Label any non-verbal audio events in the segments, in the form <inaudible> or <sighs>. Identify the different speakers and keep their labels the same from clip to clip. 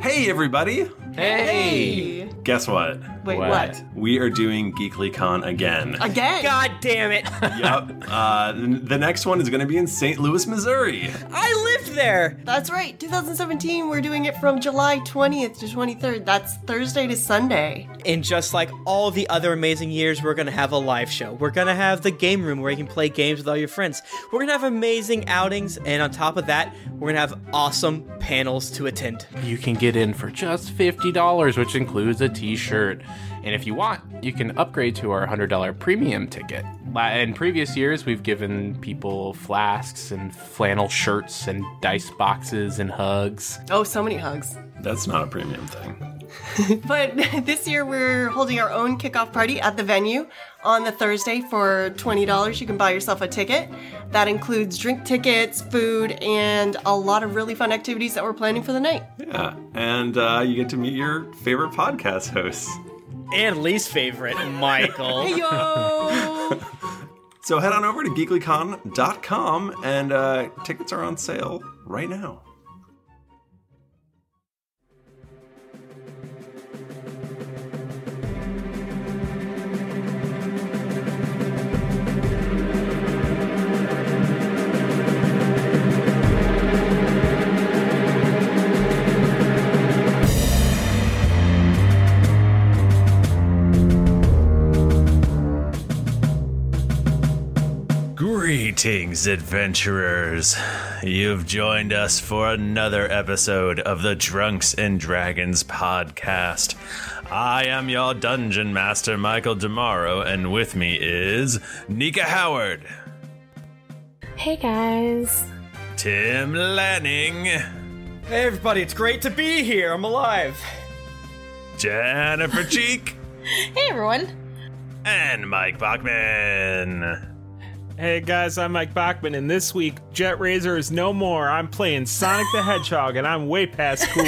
Speaker 1: Hey, everybody!
Speaker 2: Hey!
Speaker 1: Guess what?
Speaker 2: Wait,
Speaker 3: What?
Speaker 2: what?
Speaker 1: We are doing GeeklyCon again.
Speaker 2: Again?
Speaker 3: God damn it!
Speaker 1: <laughs> yup. Uh, the next one is going to be in St. Louis, Missouri.
Speaker 3: I lived there.
Speaker 2: That's right. 2017, we're doing it from July 20th to 23rd. That's Thursday to Sunday.
Speaker 3: And just like all the other amazing years, we're gonna have a live show. We're gonna have the game room where you can play games with all your friends. We're gonna have amazing outings, and on top of that, we're gonna have awesome panels to attend.
Speaker 4: You can get in for just $50, which includes a t shirt. And if you want, you can upgrade to our $100 premium ticket. La- In previous years, we've given people flasks and flannel shirts and dice boxes and hugs.
Speaker 2: Oh, so many hugs. <laughs>
Speaker 1: That's not a premium thing.
Speaker 2: But <laughs> this year, we're holding our own kickoff party at the venue on the Thursday for $20. You can buy yourself a ticket. That includes drink tickets, food, and a lot of really fun activities that we're planning for the night.
Speaker 3: <laughs>
Speaker 1: Yeah. And uh, you get to meet your favorite podcast hosts.
Speaker 3: And least favorite, Michael.
Speaker 2: Yo!
Speaker 1: <laughs> So head on over to geeklycon.com and uh, tickets are on sale right now.
Speaker 5: Greetings, adventurers. You've joined us for another episode of the Drunks and Dragons podcast. I am your dungeon master, Michael Demaro, and with me is Nika Howard,
Speaker 6: Hey guys.
Speaker 5: Tim Lanning,
Speaker 3: hey everybody, it's great to be here. I'm alive.
Speaker 5: Jennifer <laughs> Cheek,
Speaker 6: Hey everyone.
Speaker 5: and Mike Bachman.
Speaker 7: Hey guys, I'm Mike Bachman, and this week Jet Razor is no more. I'm playing Sonic the Hedgehog, and I'm
Speaker 5: <laughs>
Speaker 7: way past cool.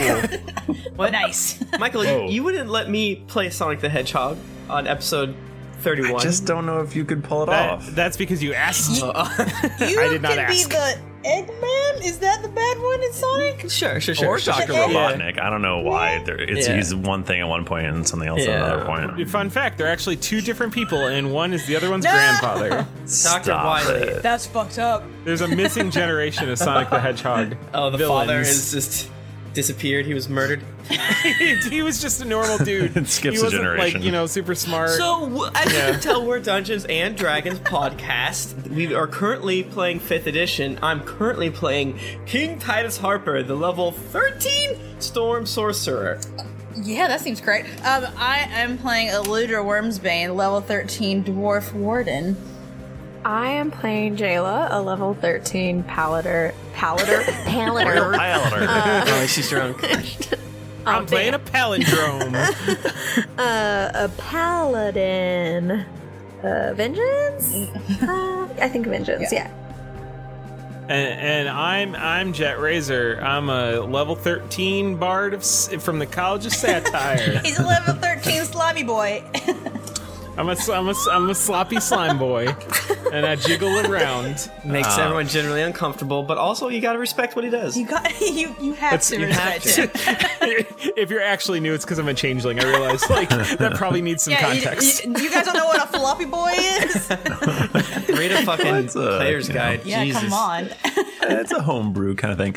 Speaker 8: Nice. <laughs>
Speaker 9: Michael, you, you wouldn't let me play Sonic the Hedgehog on episode 31.
Speaker 5: don't know if you could pull it
Speaker 7: That- that's because you asked.
Speaker 3: Oh.
Speaker 8: <laughs> You
Speaker 7: I did not
Speaker 8: can
Speaker 7: ask.
Speaker 8: be the Eggman? Is that the bad one in Sonic?
Speaker 9: Sure, sure, sure.
Speaker 5: Or
Speaker 9: sure.
Speaker 5: Dr.
Speaker 9: Yeah.
Speaker 5: Robotnik. I don't know why. there- It's
Speaker 9: Yeah.
Speaker 5: he's one thing at one point and something else at
Speaker 9: Yeah.
Speaker 5: another
Speaker 9: <laughs>
Speaker 5: point.
Speaker 7: Fun fact: there are actually two different people, and one is the other one's grandfather.
Speaker 9: Dr.
Speaker 5: Stop
Speaker 9: Wily.
Speaker 5: it.
Speaker 8: That's fucked up.
Speaker 7: There's a missing generation of Sonic the Hedgehog.
Speaker 9: <laughs> Oh, the father
Speaker 7: villains.
Speaker 9: has just disappeared. He was murdered.
Speaker 7: <laughs> he was just
Speaker 5: <laughs>
Speaker 7: a normal dude.
Speaker 5: It skips
Speaker 7: he
Speaker 5: a
Speaker 7: wasn't
Speaker 5: generation.
Speaker 7: like you know super smart.
Speaker 9: So, w- as you can tell, we're Dungeons and Dragons podcast. We are currently playing 5th edition. I'm currently playing King Titus Harper, the level 13 Storm Sorcerer.
Speaker 8: Yeah, that seems correct. Um, I am playing Eludra Wormsbane, level 13 Dwarf Warden.
Speaker 6: I am playing Jayla, a level 13 palater. Palater?
Speaker 8: <laughs>
Speaker 6: palater.
Speaker 8: Uh,
Speaker 5: Tyler.
Speaker 9: Oh, she's drunk.
Speaker 7: I'm playing a palindrome.
Speaker 9: <laughs>
Speaker 6: Uh, a paladin. Uh, vengeance? uh, I think vengeance, yeah.
Speaker 7: And, and I'm I'm Jet Razor. I'm a level 13 bard of, s- from the College
Speaker 9: <laughs>
Speaker 7: of Satire.
Speaker 8: He's a level 13 slimy boy. <laughs>
Speaker 7: I'm a s- I'm a s- I'm a sloppy slime boy, and I jiggle around. Uh,
Speaker 9: Makes everyone generally uncomfortable, but also you gotta respect what he does.
Speaker 8: You got you you have
Speaker 7: That's-
Speaker 8: to
Speaker 7: you have
Speaker 8: respect him.
Speaker 7: if you're actually new, it's because I'm a changeling. I realize like that probably needs <laughs> some
Speaker 8: Yeah, you-
Speaker 7: context.
Speaker 8: you, you guys don't know what a floppy boy
Speaker 7: <laughs>
Speaker 8: is?
Speaker 5: <laughs>
Speaker 9: Read a fucking
Speaker 5: a-
Speaker 9: player's
Speaker 5: you know.
Speaker 9: guide.
Speaker 8: Yeah,
Speaker 9: Jesus.
Speaker 8: come on. <laughs>
Speaker 5: it's a homebrew kind of thing.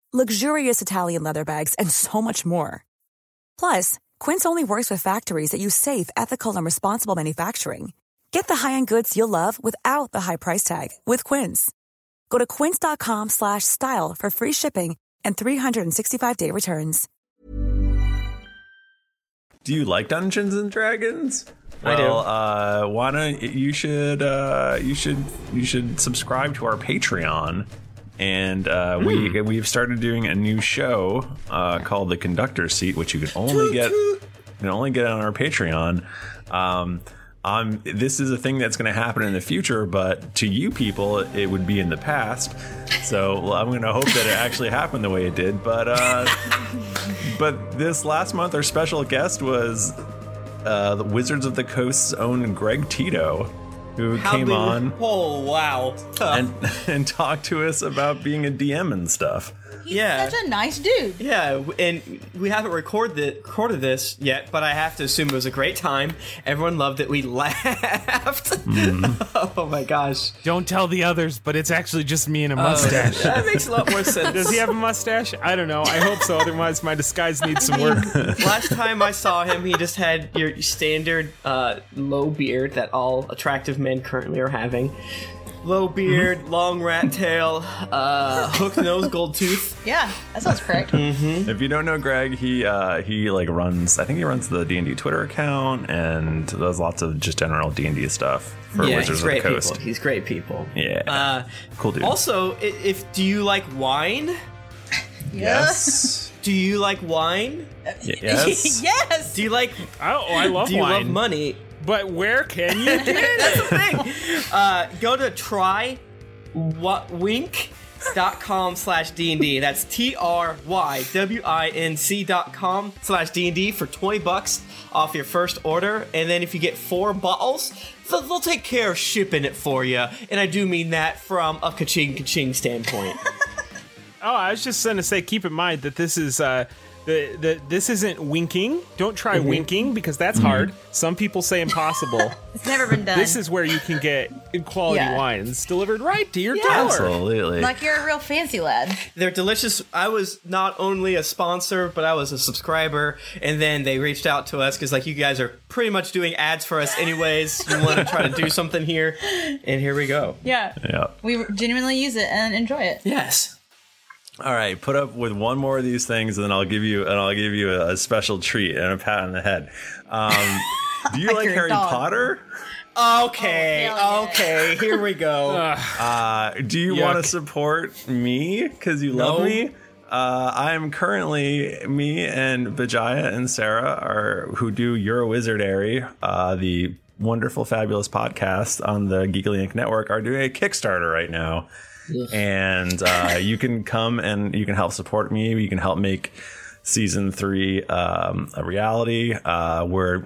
Speaker 10: luxurious Italian leather bags, and so much more. Plus, Quince only works with factories that use safe, ethical, and responsible manufacturing. Get the high-end goods you'll love without the high price tag with Quince. Go to quince.com slash style for free shipping and 365-day returns.
Speaker 1: Do you like Dungeons and Dragons?
Speaker 5: I do.
Speaker 1: well, Uh, why don't you should uh, you should you should subscribe to our Patreon, and uh,
Speaker 5: Hmm.
Speaker 1: we we've started doing a new show uh, called the Conductor's Seat, which you can only get you can only get on our Patreon. Um, um, this is a thing that's going to happen in the future, but to you people, it would be in the past. So well, I'm going to hope that it actually happened the way it did.
Speaker 5: <laughs>
Speaker 1: But uh, but this last month, our special guest was uh, the Wizards of the Coast's own Greg Tito, who
Speaker 9: How
Speaker 1: came
Speaker 9: big-
Speaker 1: on
Speaker 9: Oh wow! Tough.
Speaker 1: and <laughs> and talked to us about being a DM and stuff.
Speaker 9: yeah.
Speaker 8: Such a nice dude.
Speaker 9: Yeah, w- and we haven't recorded it, recorded this yet, but I have to assume it was a great time. Everyone loved it. We <laughs> laughed. <laughs> oh my gosh!
Speaker 7: Don't tell the others, but it's actually just me and a
Speaker 9: Oh,
Speaker 7: mustache.
Speaker 9: <laughs> that makes a lot
Speaker 7: <laughs>
Speaker 9: more sense.
Speaker 7: Does he have a mustache? I don't know. I hope so. Otherwise, my disguise needs
Speaker 9: <laughs>
Speaker 7: some work. Oh,
Speaker 9: Last time I saw him, he just had your standard uh, low beard that all attractive men currently are having. Low
Speaker 8: Mm-hmm.
Speaker 9: beard, long rat tail, uh, hook nose, gold tooth.
Speaker 8: <laughs> Yeah, that sounds correct.
Speaker 9: Mm-hmm.
Speaker 1: If you don't know Greg, he uh, he like runs. I think he runs the D and D Twitter account and does lots of just general D and D stuff for
Speaker 9: yeah,
Speaker 1: Wizards
Speaker 9: he's
Speaker 1: of the
Speaker 9: great
Speaker 1: Coast.
Speaker 9: people. He's great people.
Speaker 1: Yeah,
Speaker 9: Uh,
Speaker 1: cool dude.
Speaker 9: Also, i- if do you like wine?
Speaker 1: Yes.
Speaker 9: do you like wine?
Speaker 1: Y-
Speaker 9: <laughs>
Speaker 8: yes.
Speaker 9: Do you like?
Speaker 7: Oh, I love
Speaker 9: Do you love
Speaker 7: wine.
Speaker 9: money?
Speaker 7: But where can
Speaker 9: <laughs>
Speaker 7: you get it?
Speaker 9: Uh, go to try what wink dot com slash d&d that's t-r-y-w-i-n-c dot com slash d&d for 20 bucks off your first order and then if you get four bottles they'll, they'll take care of shipping it for you and i do mean that from a ka-ching ka-ching standpoint
Speaker 7: Oh, I was just gonna say, keep in mind that this is uh, the, the this isn't winking. Don't try
Speaker 9: Mhm.
Speaker 7: winking because that's hard. Some people say impossible.
Speaker 8: It's never been done.
Speaker 7: This is where you can get quality
Speaker 8: Yeah.
Speaker 7: wines delivered right <laughs> to your
Speaker 8: Yeah.
Speaker 7: door.
Speaker 1: Absolutely.
Speaker 8: like you're a real fancy lad.
Speaker 9: They're delicious. I was not only a sponsor, but I was a subscriber. And then they reached out to us because, like, you guys are pretty much doing ads for us, anyways. you want to try to do something here. And here we go.
Speaker 8: Yeah.
Speaker 1: Yeah.
Speaker 8: We genuinely use it and enjoy it.
Speaker 9: Yes.
Speaker 1: All right, put up with one more of these things, and then I'll give you and I'll give you a, a special treat and a pat on the head.
Speaker 9: <laughs>
Speaker 1: Um, do you like
Speaker 9: your
Speaker 1: Harry
Speaker 9: dog.
Speaker 1: Potter?
Speaker 8: Oh,
Speaker 9: Okay. okay. Here we go.
Speaker 1: Uh, do you
Speaker 9: Oh. Yuck.
Speaker 1: want to support me because you love
Speaker 9: No.
Speaker 1: me? Uh, I am currently me and Vijaya and Sarah are who do Euro Wizardary, uh, the wonderful, fabulous podcast on the Geekly Inc. network, are doing a Kickstarter right now, and
Speaker 8: <laughs>
Speaker 1: uh, you can come and you can help support me. You can help make season three um, a reality. Uh, we're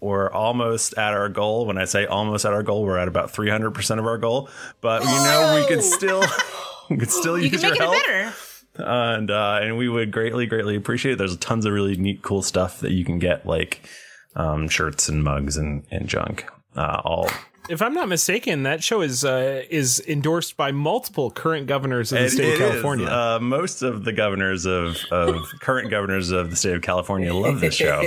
Speaker 1: we're almost at our goal. When I say almost at our goal, we're at about 300% of our goal. But you know, we could still <laughs> we could still
Speaker 8: You
Speaker 1: use
Speaker 8: can make
Speaker 1: your
Speaker 8: it
Speaker 1: help.
Speaker 8: better.
Speaker 1: And uh, and we would greatly, greatly appreciate it. There's tons of really neat, cool stuff that you can get, like um, shirts and mugs and, and junk. Uh, all
Speaker 7: If I'm not mistaken, that show is uh, is endorsed by multiple current governors of the
Speaker 1: It-
Speaker 7: state
Speaker 1: it
Speaker 7: of
Speaker 1: is.
Speaker 7: California.
Speaker 1: Uh, most of the governors of, of <laughs> current governors of the state of California love this show.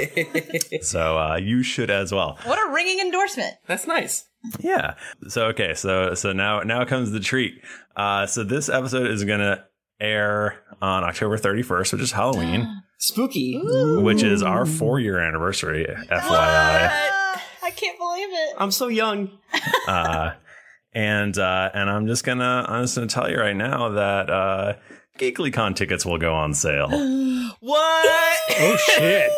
Speaker 1: so uh, you should as well.
Speaker 8: What a ringing endorsement.
Speaker 9: That's nice.
Speaker 1: Yeah. So okay. So so now now comes the treat. Uh, so this episode is gonna air on October 31st, which is Halloween.
Speaker 9: Spooky.
Speaker 1: which is our four year anniversary, FYI.
Speaker 8: I can't believe it.
Speaker 9: I'm so young.
Speaker 1: uh, and uh, and I'm just gonna I'm just gonna tell you right now that uh, GeeklyCon tickets will go on sale. <laughs>
Speaker 9: what?
Speaker 1: Oh shit!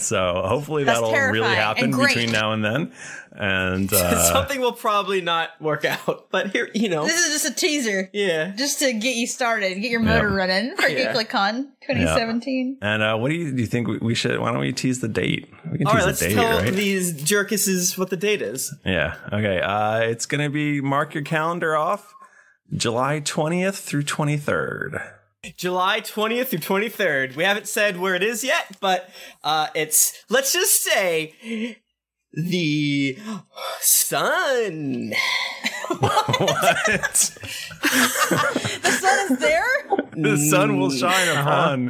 Speaker 1: so hopefully
Speaker 9: That's
Speaker 1: that'll really
Speaker 9: terrifying
Speaker 1: happen
Speaker 9: and great.
Speaker 1: between now and then.
Speaker 9: <laughs>
Speaker 1: And <laughs> uh,
Speaker 9: Something will probably not work <laughs> out, but here, you know.
Speaker 8: This is just a teaser.
Speaker 9: Yeah.
Speaker 8: Just to get you started, get your motor
Speaker 1: Yeah.
Speaker 8: running for
Speaker 1: Yeah.
Speaker 8: GeeklyCon 2017.
Speaker 1: and uh, what do you do? You think we, we should? Why don't we tease the date? We can
Speaker 9: All
Speaker 1: tease
Speaker 9: right, let's
Speaker 1: the date,
Speaker 9: tell
Speaker 1: right?
Speaker 9: these jerkuses what the date is.
Speaker 1: Yeah. Okay. Uh, it's gonna be mark your calendar off, July twentieth through twenty third.
Speaker 9: July 20th through 23rd. We haven't said where it is yet, but uh, it's, let's just say, the sun. <laughs>
Speaker 1: what?
Speaker 8: The sun is there?
Speaker 1: The sun will
Speaker 9: Mm.
Speaker 1: shine
Speaker 9: Uh-huh.
Speaker 1: upon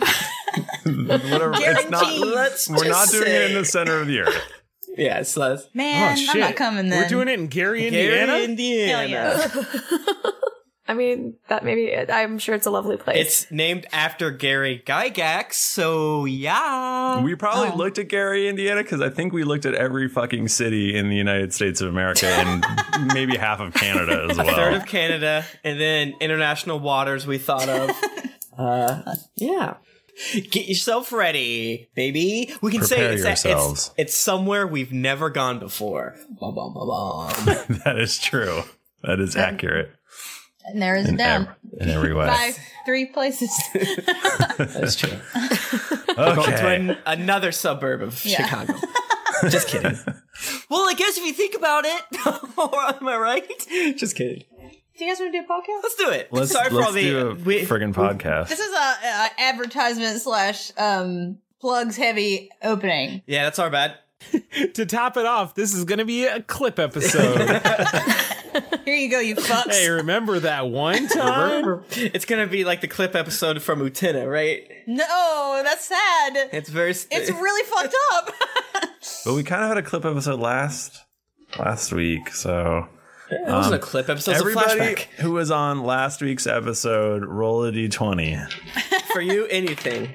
Speaker 1: whatever. It's not,
Speaker 8: Guaranteed. Let's
Speaker 1: we're not
Speaker 8: just
Speaker 1: doing it in
Speaker 8: say-
Speaker 1: the center of the earth. Oh,
Speaker 9: Yes, let's.
Speaker 8: <laughs> Man, I'm not coming then.
Speaker 7: Oh, We're doing it in Gary,
Speaker 9: Gary,
Speaker 7: Indiana.
Speaker 9: Indiana.
Speaker 6: <laughs> I mean, that maybe I'm sure it's a lovely place.
Speaker 9: It's named after Gary Gygax, so yeah.
Speaker 1: We probably looked at Gary, Indiana, because I think we looked at every fucking city in the United States of
Speaker 9: <laughs>
Speaker 1: America and
Speaker 8: Oh.
Speaker 1: maybe half of Canada as
Speaker 9: a third
Speaker 1: well.
Speaker 9: of Canada, and then international waters we thought
Speaker 7: <laughs>
Speaker 9: of. uh, yeah. Get yourself ready, baby. We can
Speaker 1: Prepare
Speaker 9: say it's, that-
Speaker 1: yourselves.
Speaker 9: it's it's somewhere we've never gone before. Bum, bum, bum, bum.
Speaker 1: <laughs> that is true. That is accurate
Speaker 8: And there is
Speaker 1: in,
Speaker 8: it down.
Speaker 1: ev- in every way.
Speaker 8: Five, three places.
Speaker 9: That's
Speaker 1: <laughs>
Speaker 9: true. <laughs>
Speaker 1: Okay.
Speaker 9: Going to an- another suburb of
Speaker 8: Yeah.
Speaker 7: <laughs>
Speaker 9: Chicago. Just kidding. <laughs> well, I guess if you think about it, <laughs> or am I right? Just kidding.
Speaker 8: Do you guys want to do a podcast?
Speaker 9: Let's do it.
Speaker 1: Let's,
Speaker 9: Sorry for all
Speaker 1: let's
Speaker 9: the
Speaker 1: do a friggin' podcast.
Speaker 8: This is a, a advertisement slash um plugs heavy opening.
Speaker 9: Yeah, that's our bad.
Speaker 7: <laughs> to top it off, this is going to be a
Speaker 1: <laughs>
Speaker 7: clip episode.
Speaker 8: Here you go, you fucks.
Speaker 7: hey, remember that one time?
Speaker 9: <laughs> it's gonna be like the clip episode from Utina, right?
Speaker 8: No, that's sad.
Speaker 9: It's very. St-
Speaker 8: It's really fucked up.
Speaker 1: But we kind of had a clip episode last last week, so um,
Speaker 9: it wasn't a clip episode, it's a
Speaker 1: Everybody
Speaker 9: flashback.
Speaker 1: who was on last week's episode, roll a d twenty.
Speaker 9: for you anything.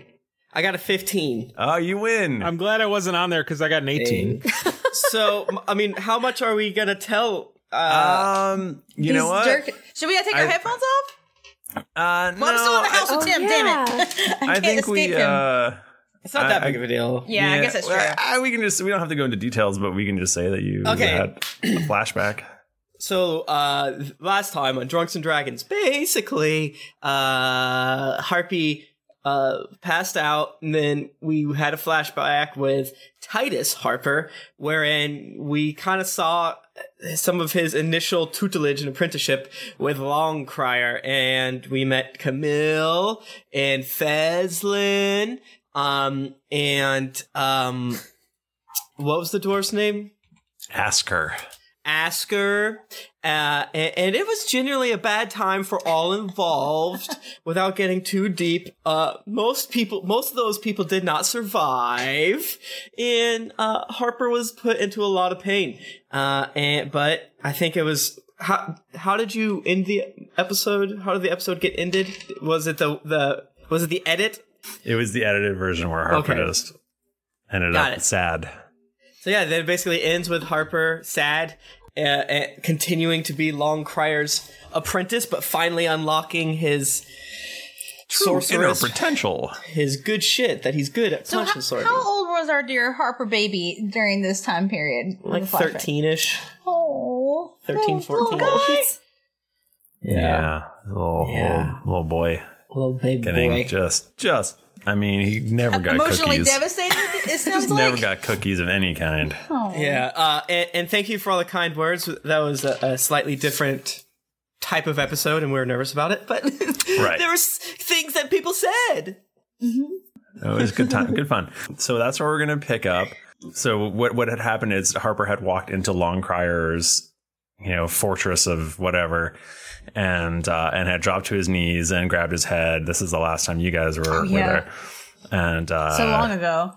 Speaker 9: I got a 15.
Speaker 1: Oh, you win.
Speaker 7: I'm glad I wasn't on there because I got an 18.
Speaker 9: <laughs> so, m- I mean, how much are we gonna tell?
Speaker 1: Uh, um,
Speaker 7: you know
Speaker 8: These
Speaker 7: what?
Speaker 8: jerk- Should we uh, take our
Speaker 1: I-
Speaker 8: headphones off?
Speaker 1: Uh, no,
Speaker 8: Mom's still in the house
Speaker 1: I, oh,
Speaker 8: with Tim. Damn it! <laughs> I,
Speaker 1: I
Speaker 8: can't
Speaker 1: think
Speaker 8: escape
Speaker 1: we.
Speaker 8: him.
Speaker 1: Uh,
Speaker 9: it's not that big of a deal.
Speaker 8: Yeah, I guess that's true.
Speaker 1: we can just we don't have to go into details, but we can just say that you
Speaker 9: Okay.
Speaker 1: had a flashback.
Speaker 9: So uh th- last time on Drunks and Dragons, basically, uh Harpy uh passed out and then we had a flashback with Titus Harper, wherein we kind of saw some of his initial tutelage and apprenticeship with Longcrier, and we met Camille and Feslin, um, and um what was the dwarf's name?
Speaker 1: Ask her.
Speaker 9: Asker, uh, and, and it was generally a bad time for all involved. <laughs> without getting too deep, uh, most people, most of those people did not survive, and uh, Harper was put into a lot of pain. Uh, and but I think it was how how did you end the episode? How did the episode get ended? Was it the the was it the edit?
Speaker 1: It was the edited version where Harper
Speaker 9: Okay.
Speaker 1: just ended
Speaker 9: Got
Speaker 1: up
Speaker 9: it.
Speaker 1: sad.
Speaker 9: So yeah, then it basically ends with Harper sad, uh, uh, continuing to be Longcrier's apprentice, but finally unlocking his sorcerer's
Speaker 1: inner potential,
Speaker 9: his good shit that he's good
Speaker 1: uh,
Speaker 9: at
Speaker 8: so
Speaker 9: punch
Speaker 8: how,
Speaker 9: and sword.
Speaker 8: how old was our dear Harper baby during this time period? of
Speaker 9: Like
Speaker 8: the flashback?
Speaker 9: thirteen ish,
Speaker 8: Oh,
Speaker 9: 13,
Speaker 8: little
Speaker 9: 14
Speaker 8: guy.
Speaker 1: yeah, Little, little little boy,
Speaker 9: little baby
Speaker 1: getting
Speaker 9: boy.
Speaker 1: just just. I mean, he never got
Speaker 8: Emotionally
Speaker 1: cookies.
Speaker 8: devastated. <laughs> It sounds
Speaker 1: He's
Speaker 8: like.
Speaker 1: never got cookies of any kind.
Speaker 8: Oh.
Speaker 9: Yeah, uh, and, and thank you for all the kind words. That was a, a slightly different type of episode, and we were nervous about it, but <laughs>
Speaker 8: Oh.
Speaker 1: Right.
Speaker 9: there were s- things that people said.
Speaker 8: Mm-hmm.
Speaker 1: It was good time, good fun. So that's where we're gonna pick up. So what what had happened is Harper had walked into Longcrier's, you know, fortress of whatever, and uh, and had dropped to his knees and grabbed his head. This is the last time you guys were,
Speaker 8: Oh, yeah.
Speaker 1: were there, and uh,
Speaker 8: so long <laughs> ago.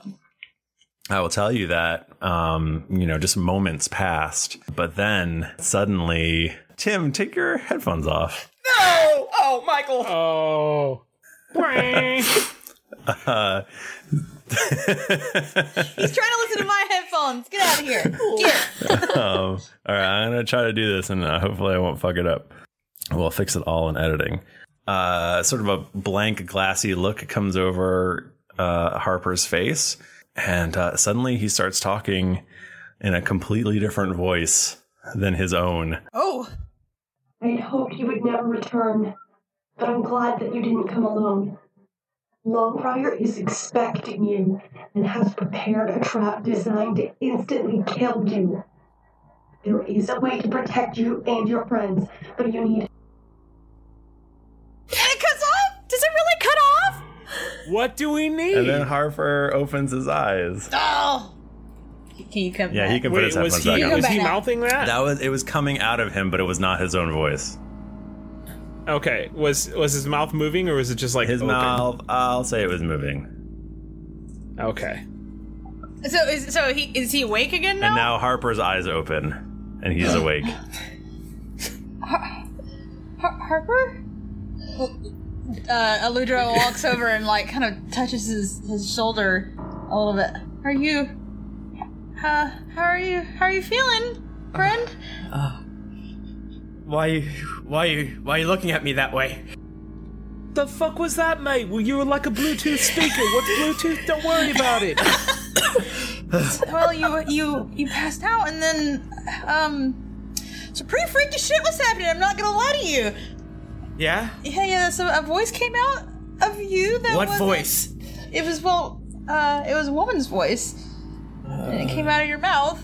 Speaker 1: I will tell you that, um, you know, just moments passed, but then suddenly, Tim, take your <laughs> headphones off.
Speaker 9: No! Oh, Michael!
Speaker 7: Oh.
Speaker 1: Uh,
Speaker 8: He's trying to listen to my headphones. Get out of here.
Speaker 1: um, all right, I'm gonna try to do this, and uh, hopefully I won't fuck it up. We'll fix it all in editing. Uh, sort of a blank, glassy look comes over uh, Harper's face, and uh, suddenly he starts talking in a completely different voice than his own.
Speaker 8: Oh.
Speaker 11: I had hoped you would never return, but I'm glad that you didn't come alone. Longbriar is expecting you and has prepared a trap designed to instantly kill you. There is a way to protect you and your friends, but you need
Speaker 8: It cuts off? Does it really cut off?
Speaker 7: What do we need?
Speaker 1: And then Harper opens his eyes.
Speaker 8: <laughs> Oh. Can you come
Speaker 1: Yeah, he can put his headphones
Speaker 7: was he,
Speaker 1: back on.
Speaker 7: was he mouthing that?
Speaker 1: That was it was coming out of him, but it was not his own voice.
Speaker 7: Okay, was was his mouth moving or was it just like
Speaker 1: His
Speaker 7: open?
Speaker 1: mouth, I'll say it was moving.
Speaker 7: Okay.
Speaker 8: So is so he is he awake again
Speaker 1: And
Speaker 8: now?
Speaker 1: now Harper's eyes open, and he's awake.
Speaker 8: Har- Harper? Uh, Aludra <laughs> walks over and like kind of touches his, his shoulder a little bit. Are you? Uh, how are you? How are you feeling, <laughs> friend?
Speaker 9: Why you why you why you looking at me that way?
Speaker 7: The fuck was that, mate? Well, you were like a Bluetooth speaker. What's Bluetooth? Don't worry about it.
Speaker 8: well, you you you passed out and then um, some pretty freaky shit was happening. I'm not gonna lie to you.
Speaker 9: Yeah?
Speaker 8: Yeah, yeah. So a voice came out of you that
Speaker 9: what
Speaker 8: was
Speaker 9: voice?
Speaker 8: It was well, uh, it was a woman's voice, and it came out of your mouth.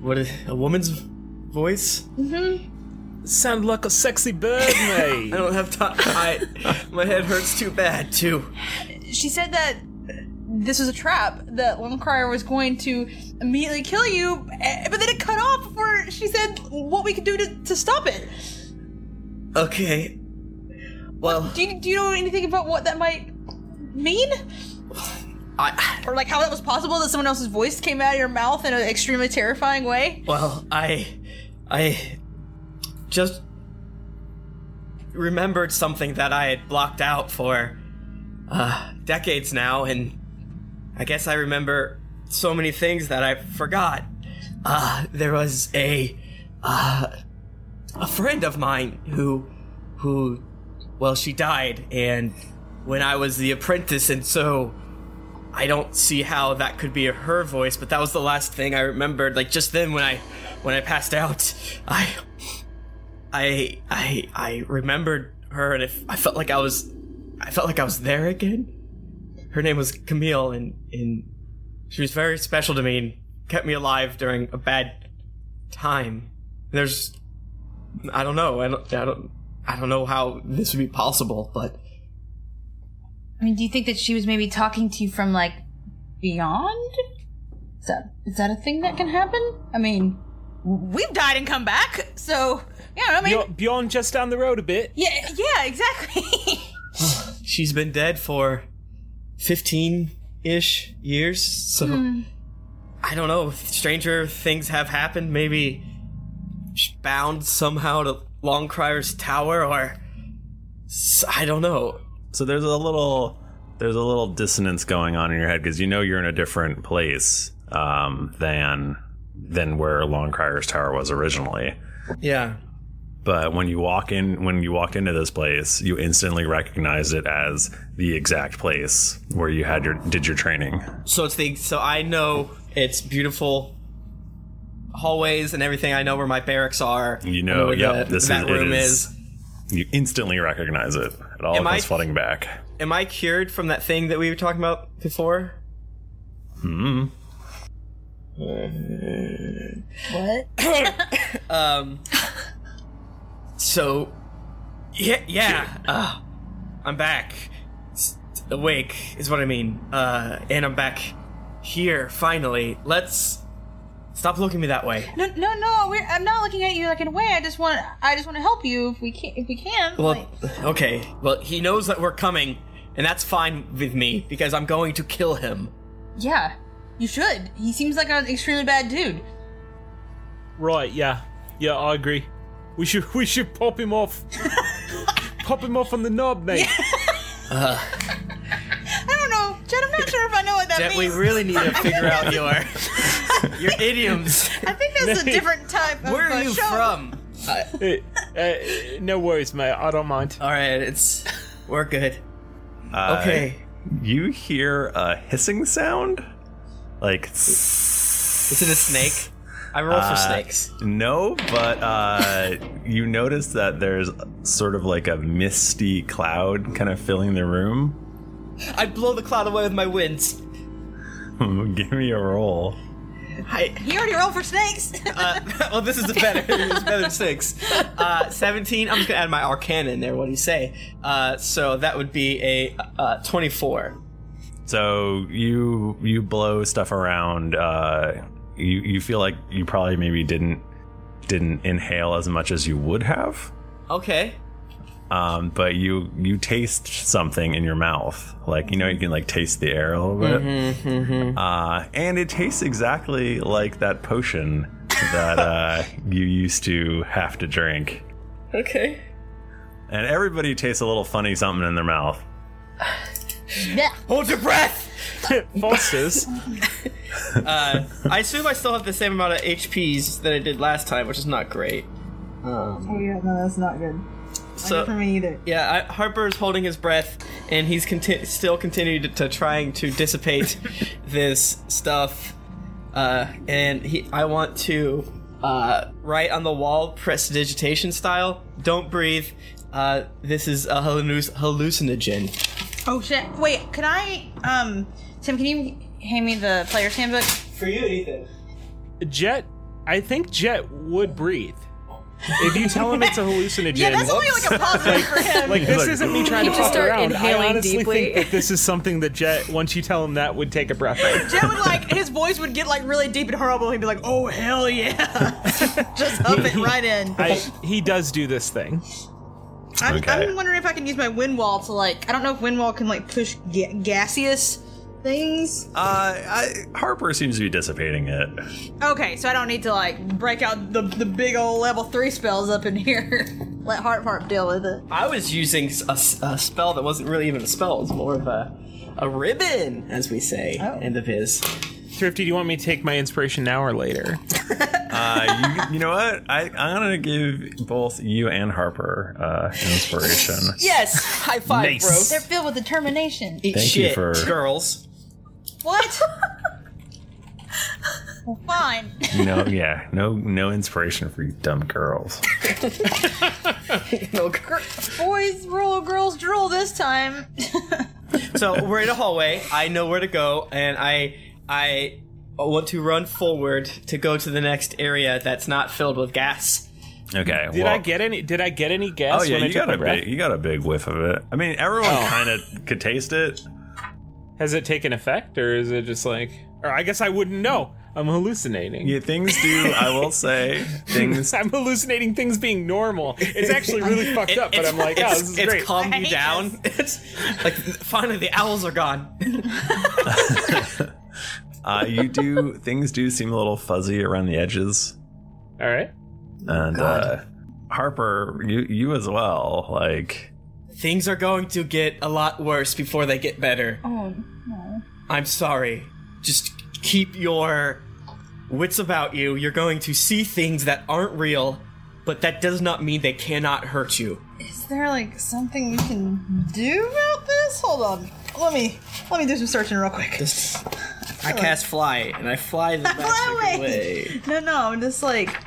Speaker 9: What is a woman's voice?
Speaker 8: Mm-hmm.
Speaker 7: Sound like a sexy <laughs> bird,
Speaker 9: <laughs>
Speaker 7: mate.
Speaker 9: I don't have time. I, my head hurts too bad, too.
Speaker 8: she said that this was a trap that Limcrier was going to immediately kill you, eh, but then it cut off before she said what we could do to, to stop it.
Speaker 9: Okay. Well,
Speaker 8: Do you, do you know anything about what that might mean?
Speaker 9: I
Speaker 8: Or like how that was possible that someone else's voice came out of your mouth in an extremely terrifying way?
Speaker 9: well, I I just remembered something that I had blocked out for uh, decades now, and I guess I remember so many things that I forgot. Uh, there was a uh, a friend of mine who who well she died and when I was the apprentice and so I don't see how that could be her voice but that was the last thing I remembered like just then when I when I passed out I I I I remembered her and if I felt like I was I felt like I was there again her name was Camille and and she was very special to me and kept me alive during a bad time there's I don't know. I don't, I don't. I don't know how this would be possible, but
Speaker 8: I mean, do you think that she was maybe talking to you from like beyond? Is that is that a thing that can happen? I mean, we've died and come back, so yeah. I mean,
Speaker 7: Beyond, beyond just down the road a bit.
Speaker 8: yeah, yeah, exactly.
Speaker 9: she's been dead for fifteen ish years. So
Speaker 8: Hmm.
Speaker 9: I don't know. Stranger things have happened. Maybe she's bound somehow to Longcrier's tower, or s- I don't know.
Speaker 1: So there's a little there's a little dissonance going on in your head because you know you're in a different place um, than than where Longcrier's tower was originally.
Speaker 9: Yeah.
Speaker 1: But when you walk in when you walked into this place, you instantly recognized it as the exact place where you had your did your training.
Speaker 9: So it's the so I know it's beautiful hallways and everything. I know where my barracks are.
Speaker 1: You
Speaker 9: I know
Speaker 1: know,
Speaker 9: where
Speaker 1: yep,
Speaker 9: the-
Speaker 1: this
Speaker 9: that
Speaker 1: is,
Speaker 9: room
Speaker 1: it
Speaker 9: is.
Speaker 1: is. You instantly recognize it. It all
Speaker 9: Am I-
Speaker 1: comes flooding back.
Speaker 9: Am I cured from that thing that we were talking about before?
Speaker 1: Hmm.
Speaker 9: Uh,
Speaker 8: What?
Speaker 9: <coughs> um. So, yeah, yeah. Uh, I'm back. S- awake is what I mean. Uh, and I'm back here finally. Let's stop looking me that way.
Speaker 8: no, no, no. We're, I'm not looking at you like in a way. I just want, I just want to help you if we can, if we can.
Speaker 9: Well, okay. Well, he knows that we're coming, and that's fine with me because I'm going to kill him.
Speaker 8: yeah, you should. He seems like an extremely bad dude.
Speaker 7: Right. Yeah. Yeah. I agree. We should we should pop him <laughs> off. pop him off on the knob, mate. <laughs>
Speaker 9: Uh,
Speaker 8: I don't know.
Speaker 3: Jet, we really need to figure out
Speaker 9: <laughs>
Speaker 3: your your idioms.
Speaker 7: <laughs>
Speaker 3: <laughs>
Speaker 8: I think that's a different type of
Speaker 3: Where
Speaker 8: uh,
Speaker 3: are you
Speaker 8: show.
Speaker 3: from?
Speaker 7: uh, no worries, mate. I don't mind.
Speaker 3: All right, it's we're good.
Speaker 1: Uh,
Speaker 3: Okay.
Speaker 1: You hear a hissing sound? Like. Is
Speaker 3: it a snake? I roll for snakes.
Speaker 1: No, but uh, you notice that there's sort of like a misty cloud kind of filling the room. <laughs>
Speaker 9: I blow the cloud away with my winds.
Speaker 1: Give me a roll.
Speaker 9: I,
Speaker 8: You already rolled for snakes.
Speaker 9: <laughs> uh, well, this is
Speaker 8: <laughs>
Speaker 9: the better. This is better than six. Uh, Seventeen. I'm just gonna add my Arcana in there. What do you say? Uh, so that would be a uh, twenty-four.
Speaker 1: So you you blow stuff around. Uh, you you feel like you probably maybe didn't didn't inhale as much as you would have.
Speaker 9: Okay.
Speaker 1: Um, but you you taste something in your mouth, like you know you can like taste the air a little
Speaker 9: Mm-hmm.
Speaker 1: bit, uh, and it tastes exactly like that potion that uh, <laughs> you used to have to drink.
Speaker 9: Okay.
Speaker 1: And everybody tastes a little funny something in their mouth.
Speaker 9: Hold your breath.
Speaker 7: Falses.
Speaker 9: <laughs> uh, I assume I still have the same amount of HPs that I did last time, which is not great. Um,
Speaker 8: Oh yeah, no, that's not good.
Speaker 9: so
Speaker 8: for me either.
Speaker 9: yeah, I, Harper's holding his breath, and he's conti- still continuing to, to trying to dissipate this stuff. Uh, and he, I want to uh, write on the wall, press digitation style. Don't breathe. Uh, this is a halluc- hallucinogen.
Speaker 8: Oh shit! Wait, can I? Um, Tim, can you hand me the player's handbook?
Speaker 9: For you, Ethan.
Speaker 7: Jet, I think Jet would breathe. If you tell him it's a hallucinogen,
Speaker 8: Yeah, that's only like a positive for him.
Speaker 7: Like this
Speaker 8: Like,
Speaker 7: isn't me trying
Speaker 8: You
Speaker 7: to
Speaker 8: just
Speaker 7: fuck
Speaker 8: start
Speaker 7: around. I
Speaker 8: inhaling
Speaker 7: honestly
Speaker 8: deeply.
Speaker 7: think
Speaker 8: <laughs>
Speaker 7: that this is something that Jet, once you tell him that, would take a breath.
Speaker 8: Jet would like his voice would get like really deep and horrible. and He'd be like, "Oh hell yeah!" <laughs> Just up it right in.
Speaker 7: I, he does do this thing.
Speaker 8: I'm,
Speaker 7: Okay.
Speaker 8: I'm wondering if I can use my wind wall to like. I don't know if wind wall can like push ga- gaseous things.
Speaker 1: Uh, I, Harper seems to be dissipating it.
Speaker 8: Okay, so I don't need to like break out the the big old level three spells up in here. <laughs> Let Harp Harp deal with it.
Speaker 9: I was using s- a, s- a spell that wasn't really even a spell. It was more of a, a ribbon, as we say in the biz.
Speaker 7: Thrifty, do you want me to take my inspiration now or later?
Speaker 1: Uh, you, you know what? I, I'm gonna give both you and Harper uh, inspiration.
Speaker 7: <laughs>
Speaker 8: Yes, high
Speaker 1: five, Nice. bro.
Speaker 8: They're filled with determination.
Speaker 1: Eat Thank you shit, for-
Speaker 9: girls.
Speaker 8: <laughs> What? Fine.
Speaker 1: No, yeah, no, no inspiration for you dumb girls.
Speaker 8: Gr- <laughs> boys rule, girls drool this time.
Speaker 9: so we're in a hallway. I know where to go, and I I want to run forward to go to the next area that's not filled with gas.
Speaker 1: Okay.
Speaker 7: Did
Speaker 1: well,
Speaker 7: I get any? Did I get any guess?
Speaker 1: Oh yeah,
Speaker 7: when I
Speaker 1: you
Speaker 7: took
Speaker 1: got
Speaker 7: my
Speaker 1: a
Speaker 7: breath?
Speaker 1: big, you got a big whiff of it. I mean, everyone
Speaker 7: Oh.
Speaker 1: kind of could taste it.
Speaker 7: Has it taken effect, or is it just like? Or I guess I wouldn't know. I'm hallucinating.
Speaker 1: Yeah, things do. I will
Speaker 7: <laughs>
Speaker 1: say, things.
Speaker 7: I'm hallucinating things being normal. It's
Speaker 9: <laughs>
Speaker 7: actually really fucked up, but
Speaker 9: It's-
Speaker 7: I'm like, oh,
Speaker 9: it's,
Speaker 7: this is
Speaker 9: it's
Speaker 7: great.
Speaker 9: calmed you down. It's like finally the owls are gone.
Speaker 1: Uh, you
Speaker 7: <laughs>
Speaker 1: do things do seem a little fuzzy around the edges.
Speaker 7: All right.
Speaker 1: And uh, Harper, you you as well. Like
Speaker 9: Things are going to get a lot worse before they get better.
Speaker 8: Oh no.
Speaker 9: I'm sorry. Just keep your wits about you. You're going to see things that aren't real, but that does not mean they cannot hurt you.
Speaker 8: Is there like something we can do about this? Hold on. Let me let me do some searching real quick. <laughs>
Speaker 9: I cast fly, and I fly the magic away.
Speaker 8: No, no, I'm just like I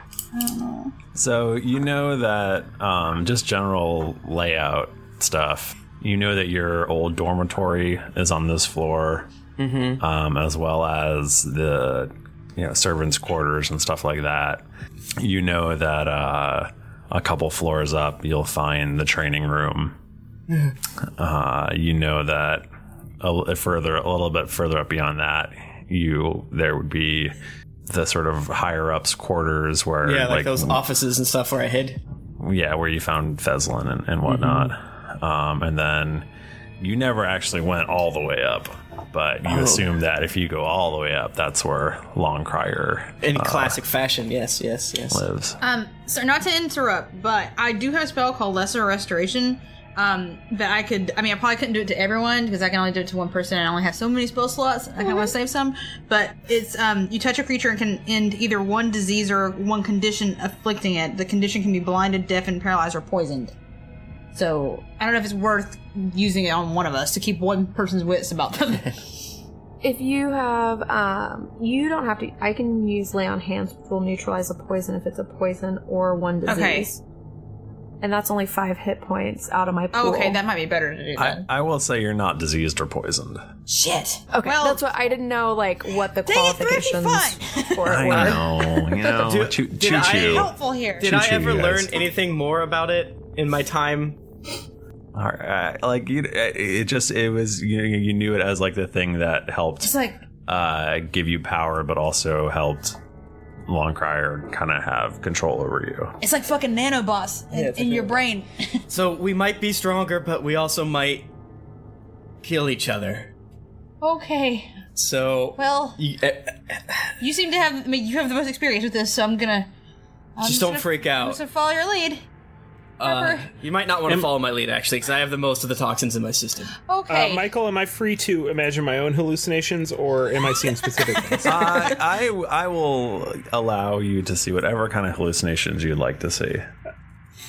Speaker 8: don't know.
Speaker 1: So you know that um, just general layout stuff. You know that your old dormitory is on this floor, um, as well as the you know servants' quarters and stuff like that. You know that uh, a couple floors up, you'll find the training room. Uh, you know that a, li- further, a little bit further up beyond that, you there would be the sort of higher ups quarters where
Speaker 9: Yeah, like, those offices and stuff where I hid.
Speaker 1: yeah, where you found Feslin and, and whatnot.
Speaker 9: Mm-hmm.
Speaker 1: Um, and then you never actually went all the way up, but you
Speaker 9: Oh.
Speaker 1: assume that if you go all the way up, that's where Long Crier
Speaker 9: In
Speaker 1: uh,
Speaker 9: classic fashion, yes, yes, yes.
Speaker 1: lives.
Speaker 8: Um, so not to interrupt, but I do have a spell called Lesser Restoration, Um, but I could, I mean, I probably couldn't do it to everyone because I can only do it to one person and I only have so many spell slots. I kind of want to save some. But it's, um, you touch a creature and can end either one disease or one condition afflicting it. The condition can be blinded, deafened, paralyzed, or poisoned. So I don't know if it's worth using it on one of us to keep one person's wits about
Speaker 9: <laughs>
Speaker 8: them.
Speaker 6: If you have, um, you don't have to. I can use lay on hands, which will neutralize a poison if it's a poison or one
Speaker 8: Okay.
Speaker 6: disease. And that's only five hit points out of my pool.
Speaker 8: Oh, okay, that might be better to do that.
Speaker 1: I, I will say you're not diseased or poisoned.
Speaker 8: Shit.
Speaker 6: Okay, that's what I didn't know. Like what the qualifications for it
Speaker 1: I
Speaker 6: were.
Speaker 1: know,
Speaker 9: <laughs>
Speaker 1: you know,
Speaker 9: Do-
Speaker 1: choo
Speaker 9: did
Speaker 1: choo.
Speaker 9: I-
Speaker 6: Helpful here.
Speaker 9: Did I
Speaker 1: Choo-choo,
Speaker 9: ever
Speaker 1: you guys.
Speaker 9: learn anything more about it in my time?
Speaker 1: All right, like you, it just it was you, you knew it as like the thing that helped
Speaker 8: Just like-
Speaker 1: uh, give you power, but also helped Long Crier kind of have control over
Speaker 8: <laughs>
Speaker 1: you.
Speaker 8: It's like fucking nanobots in,
Speaker 9: Yeah, it's
Speaker 8: in your brain.
Speaker 9: So we might be stronger, but we also might kill each other.
Speaker 8: Okay.
Speaker 9: So
Speaker 8: Well,
Speaker 9: you, eh,
Speaker 8: you seem to have, I mean, you have the most experience with this, so I'm gonna. I'm
Speaker 9: Just don't
Speaker 8: gonna-
Speaker 9: freak out.
Speaker 8: I'm just gonna follow your lead.
Speaker 9: uh, you might not want to
Speaker 7: Am-
Speaker 9: follow my lead actually, because I have the most of the toxins in my system.
Speaker 8: Okay.
Speaker 7: Uh, Michael, am I free to imagine my own hallucinations, or am I seeing specific? things?
Speaker 1: I, I I will allow you to see whatever kind of hallucinations you'd like to see.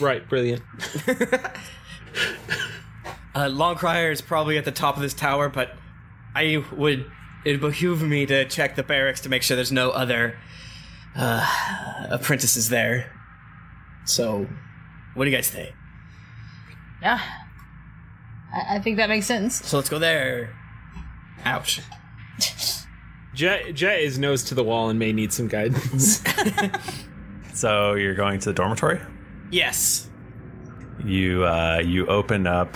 Speaker 7: Right,
Speaker 9: <laughs>
Speaker 7: brilliant.
Speaker 9: Uh, Longcrier is probably at the top of this tower, but I would. It behoove me to check the barracks to make sure there's no other uh, apprentices there. So, what do you guys think?
Speaker 8: Yeah. I, I think that makes sense.
Speaker 9: So let's go there. <laughs> Ouch.
Speaker 7: Jet, Jet is nose to the wall and may need some guidance.
Speaker 1: So you're going to the dormitory.
Speaker 9: Yes.
Speaker 1: You uh, you open up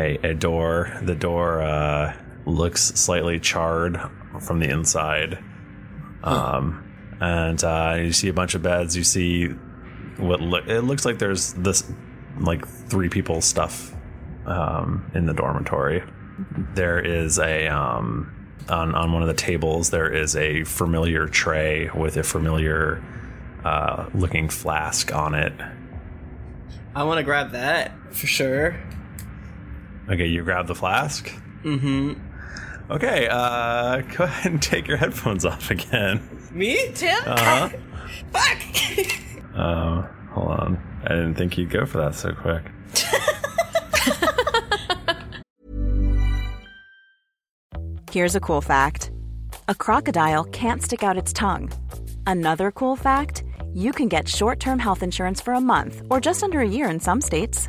Speaker 1: a, a door. The door uh, looks slightly charred from the inside, um, and uh, you see a bunch of beds. You see what loo- it looks like. There's this like three people stuff um, in the dormitory. There is a um, on on one of the tables. There is a familiar tray with a familiar uh, looking flask on it.
Speaker 9: I want to grab that for sure.
Speaker 1: Okay, you grab the flask.
Speaker 9: Mm-hmm.
Speaker 1: Okay, uh, <laughs> go ahead and take your headphones off again.
Speaker 9: Me?
Speaker 8: Tim? <laughs>
Speaker 1: Uh-huh.
Speaker 9: <laughs>
Speaker 8: Fuck!
Speaker 1: Uh, hold on. I didn't think you'd go for that so <laughs> quick.
Speaker 12: Here's a cool fact a crocodile can't stick out its tongue. Another cool fact you can get short term health insurance for a month or just under a year in some states.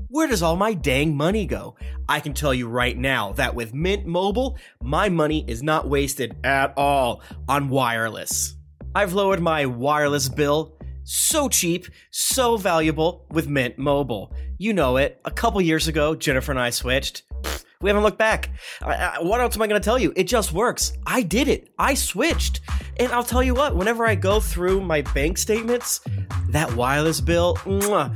Speaker 3: where does all my dang money go? I can tell you right now that with Mint Mobile, my money is not wasted at all on wireless. I've lowered my wireless bill so cheap, so valuable with Mint Mobile. You know it. A couple years ago, Jennifer and I switched. Pfft, we haven't looked back. I- I- what else am I going to tell you? It just works. I did it. I switched. And I'll tell you what, whenever I go through my bank statements, that wireless bill, mwah,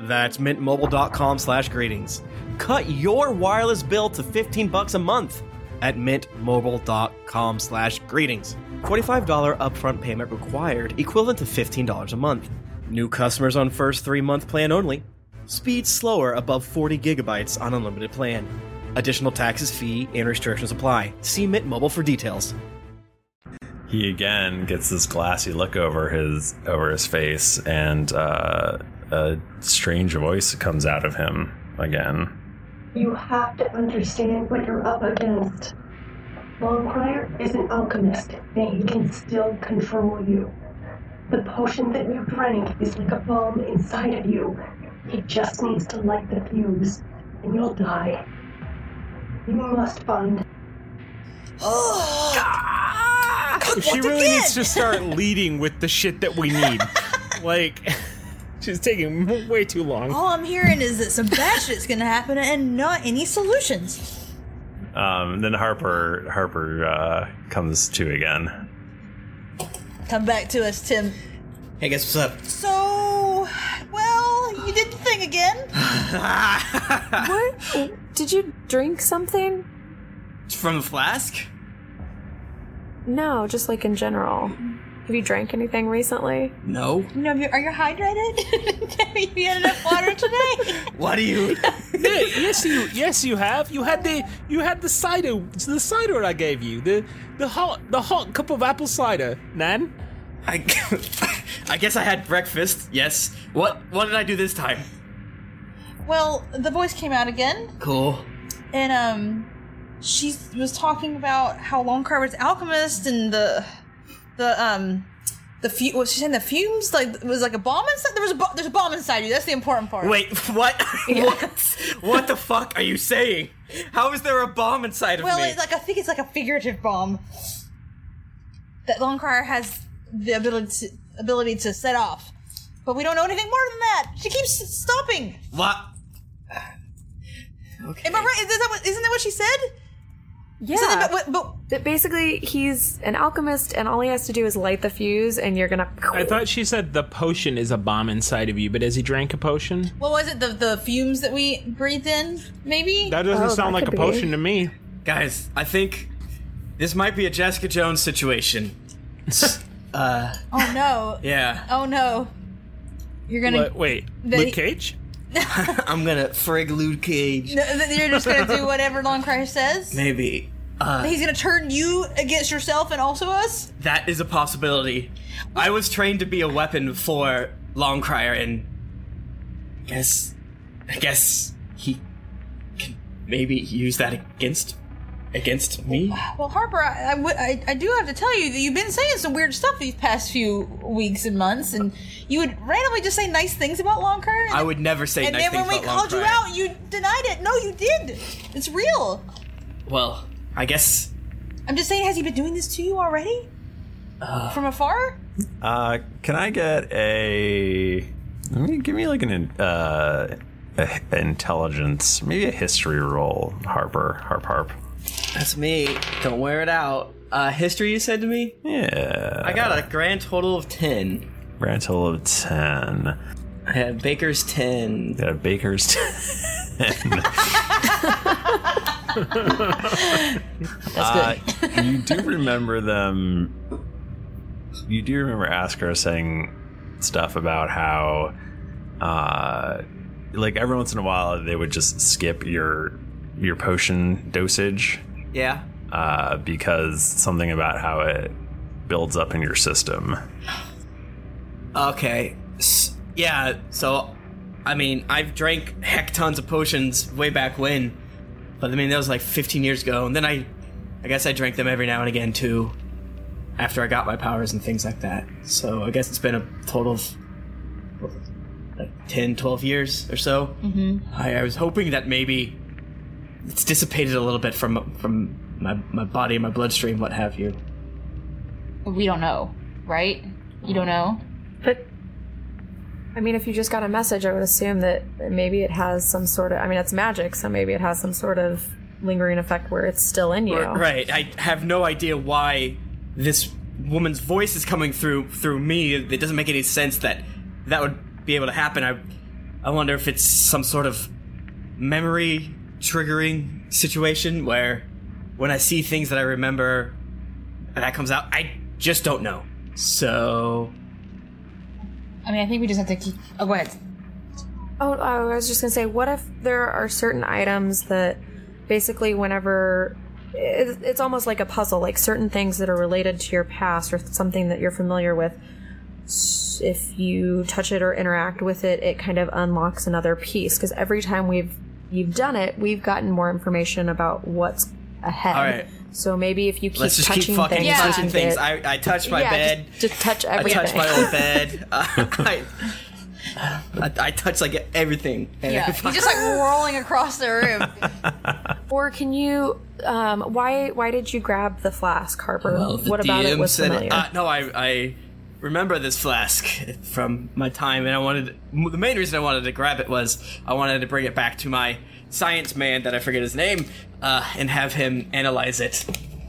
Speaker 3: That's mintmobile.com slash greetings. Cut your wireless bill to 15 bucks a month at mintmobile.com slash greetings. $45 upfront payment required, equivalent to $15 a month. New customers on first three month plan only. Speed slower above 40 gigabytes on unlimited plan. Additional taxes, fee, and restrictions apply. See Mint Mobile for details.
Speaker 1: he again gets this glassy look over his over his face, and uh, a strange voice comes out of him again.
Speaker 11: You have to understand what you're up against. Longprior is an alchemist, and he can still control you. The potion that you drank is like a bomb inside of you. He just needs to light the fuse, and you'll die. You must find.
Speaker 9: she really needs to start leading with the shit that we need. like, <laughs> she's taking m- way too long.
Speaker 8: All I'm hearing is that some bad shit's gonna happen and not any solutions.
Speaker 1: Um, then Harper Harper uh, comes to again.
Speaker 8: Come back to us, Tim.
Speaker 1: Hey, guess what's up?
Speaker 8: So, well, you did the thing
Speaker 9: <laughs>
Speaker 8: again.
Speaker 6: what? Did you drink something?
Speaker 3: From the flask?
Speaker 6: No, just like in general. Have you drank anything recently?
Speaker 3: No.
Speaker 8: No, are you hydrated? <laughs> Have you had enough water today?
Speaker 6: <laughs>
Speaker 3: What do
Speaker 9: <laughs>
Speaker 3: you?
Speaker 9: yeah, yes, you yes you have. You had the you had the cider the cider I gave you the the hot the hot cup of apple cider, Nan.
Speaker 3: I I guess I had breakfast. Yes. What What did I do this time?
Speaker 8: Well, the voice came out again.
Speaker 3: Cool.
Speaker 8: and um she was talking about how Longcar was alchemist and the the um the fu- was she saying the fumes like it was like a bomb inside there was a bo- there's a bomb inside you that's the important part
Speaker 3: Wait, <laughs> what?
Speaker 8: <laughs>
Speaker 3: what? What the fuck are you saying? How is there a bomb inside of
Speaker 8: well
Speaker 3: me?
Speaker 8: it's like I think it's like a figurative bomb that Longcar has the ability to, ability to set off but we don't know anything more than that she keeps stopping
Speaker 3: what?
Speaker 8: am I right is that what, isn't that what she said
Speaker 6: Yeah. That basically, he's an alchemist, and all he has to do is light the fuse, and you're gonna.
Speaker 9: I thought she said the potion is a bomb inside of you, but as he drank a potion,
Speaker 8: what was it the the fumes that we breathed in maybe
Speaker 9: Oh, that doesn't sound like a potion to me.
Speaker 8: <laughs>
Speaker 3: Guys, I think this might be a Jessica Jones situation.
Speaker 9: Uh,
Speaker 8: Oh no.
Speaker 9: yeah.
Speaker 8: Oh no. You're gonna
Speaker 9: Wait, wait,
Speaker 8: the-
Speaker 9: Luke
Speaker 3: <laughs>
Speaker 8: <laughs>
Speaker 9: Cage? I'm gonna frig Luke Cage.
Speaker 8: No, th- you're just gonna do whatever Longcrash says.
Speaker 9: Maybe. Uh,
Speaker 8: He's gonna turn you against yourself and also us.
Speaker 9: That is a possibility. I was trained to be a weapon for Longcrier, and I guess, I guess he can maybe use that against against me.
Speaker 8: Well, Harper, I I would- I- I do have to tell you that you've been saying some weird stuff these past few weeks and months, and you would randomly just say nice things about Longcrash. and-
Speaker 9: I would never say
Speaker 8: and
Speaker 9: nice
Speaker 8: then
Speaker 9: things
Speaker 8: when we
Speaker 9: about
Speaker 8: called you
Speaker 9: Longcrier.
Speaker 8: out, you denied it. No, you did. It's real.
Speaker 9: Well, I guess.
Speaker 8: I'm just saying, has he been doing this to you already? From afar?
Speaker 1: Uh, can I get a? Let me give me like an uh, a, intelligence, maybe a history roll. Harper, harp, harp.
Speaker 9: That's me. Don't wear it out. Uh, history, you said to me.
Speaker 1: Yeah.
Speaker 9: I got a grand total of ten.
Speaker 1: Rental of ten.
Speaker 9: I have Baker's ten.
Speaker 1: Got a Baker's <laughs> ten. Uh, you do remember them. You do remember Askar saying stuff about how, uh, like every once in a while they would just skip your your potion dosage
Speaker 9: Yeah.
Speaker 1: uh, because something about how it builds up in your system.
Speaker 9: Okay. S- yeah, so, I mean, I've drank heck tons of potions way back when, but I mean, that was like 15 years ago, and then I, I guess I drank them every now and again too, after I got my powers and things like that. So I guess it's been a total of like 10, 12 years or so.
Speaker 8: Mm-hmm.
Speaker 9: I, I was hoping that maybe it's dissipated a little bit from from my, my body, my bloodstream, what have you.
Speaker 8: We don't know, right?
Speaker 6: You don't
Speaker 8: know?
Speaker 6: But I mean, if you just got a message, I would assume that maybe it has some sort of. I mean, it's magic, so maybe it has some sort of lingering effect where it's still in you.
Speaker 9: R- Right. I have no idea why this woman's voice is coming through through me. It doesn't make any sense that that would be able to happen. I I wonder if it's some sort of memory triggering situation where when I see things that I remember and that comes out, I just don't know. So
Speaker 8: I mean, I think we just have to keep. Oh, go ahead.
Speaker 6: Oh, I was just gonna say, what if there are certain items that basically, whenever it- it's almost like a puzzle, like certain things that are related to your past or something that you're familiar with. s- If you touch it or interact with it, it kind of unlocks another piece. Because every time we've you've done it, we've gotten more information about what's ahead.
Speaker 9: All right.
Speaker 6: So maybe if you keep
Speaker 9: let's just
Speaker 6: touching
Speaker 9: keep fucking
Speaker 6: things,
Speaker 9: touching things.
Speaker 6: it-
Speaker 9: I, I touch my
Speaker 6: Yeah, just-
Speaker 9: bed.
Speaker 6: just, touch
Speaker 9: I
Speaker 6: everything.
Speaker 9: touch my
Speaker 6: <laughs>
Speaker 9: old bed. <laughs> Uh, I, I, I touch like everything. And <laughs>
Speaker 8: Yeah,
Speaker 9: if I- "Ah!"
Speaker 8: he's just like rolling across the room.
Speaker 6: Or can you? Um, why why did you grab the flask, Harper?
Speaker 9: Well, the
Speaker 6: what about it
Speaker 9: DM
Speaker 6: was
Speaker 9: said
Speaker 6: familiar?
Speaker 9: Uh, no, I, I remember this flask from my time, and I wanted the main reason I wanted to grab it was I wanted to bring it back to my science man that I forget his name, uh, and have him analyze it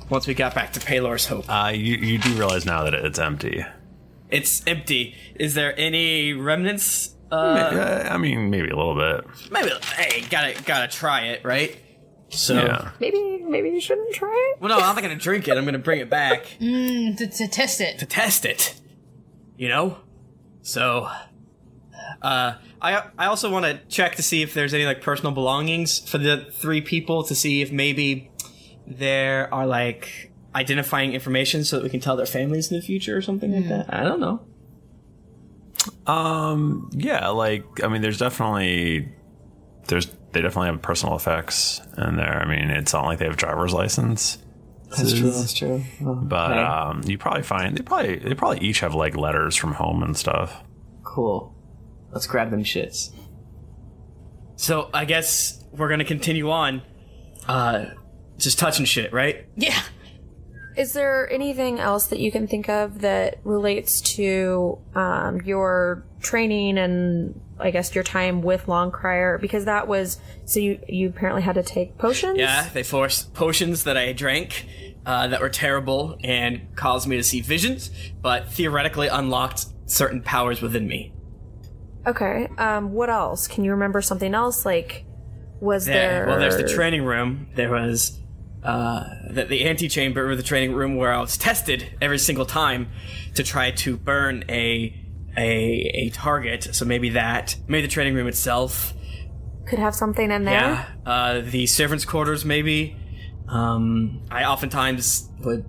Speaker 9: once we got back to Palor's Hope.
Speaker 1: Uh, you you do realize now that it's empty.
Speaker 9: It's empty. Is there any remnants? Uh,
Speaker 1: I mean, maybe a little bit.
Speaker 9: maybe. Hey, gotta gotta try it, right? So.
Speaker 1: Yeah.
Speaker 6: maybe maybe you shouldn't try
Speaker 9: Well, no, I'm not gonna drink it. I'm gonna bring it back.
Speaker 8: Mm, to, to test it.
Speaker 9: to test it. You know? So uh I I also want to check to see if there's any like personal belongings for the three people to see if maybe there are like identifying information so that we can tell their families in the future or something like that. I don't know.
Speaker 1: Um. Yeah. Like, I mean, there's definitely there's they definitely have personal effects in there. I mean, it's not like they have driver's license.
Speaker 9: That's true, uh, that's true.
Speaker 1: But
Speaker 9: okay.
Speaker 1: um, you probably find they probably they probably each have like letters from home and stuff.
Speaker 9: Cool. Let's grab them shits. So I guess we're going to continue on uh just touching shit, right?
Speaker 6: Is there anything else that you can think of that relates to um, your training and I guess your time with Longcrier? Because that was so you you apparently had to take potions.
Speaker 9: Yeah, they forced potions that I drank uh, that were terrible and caused me to see visions, but theoretically unlocked certain powers within me.
Speaker 6: Okay. Um, what else? Can you remember something else? Like, was there?
Speaker 9: Well, there's the training room. There was uh, the, the antechamber or the training room where I was tested every single time to try to burn a a a target. So maybe that, maybe the training room itself.
Speaker 6: Could have something in there.
Speaker 9: Yeah, uh, the servants' quarters maybe. Um, I oftentimes would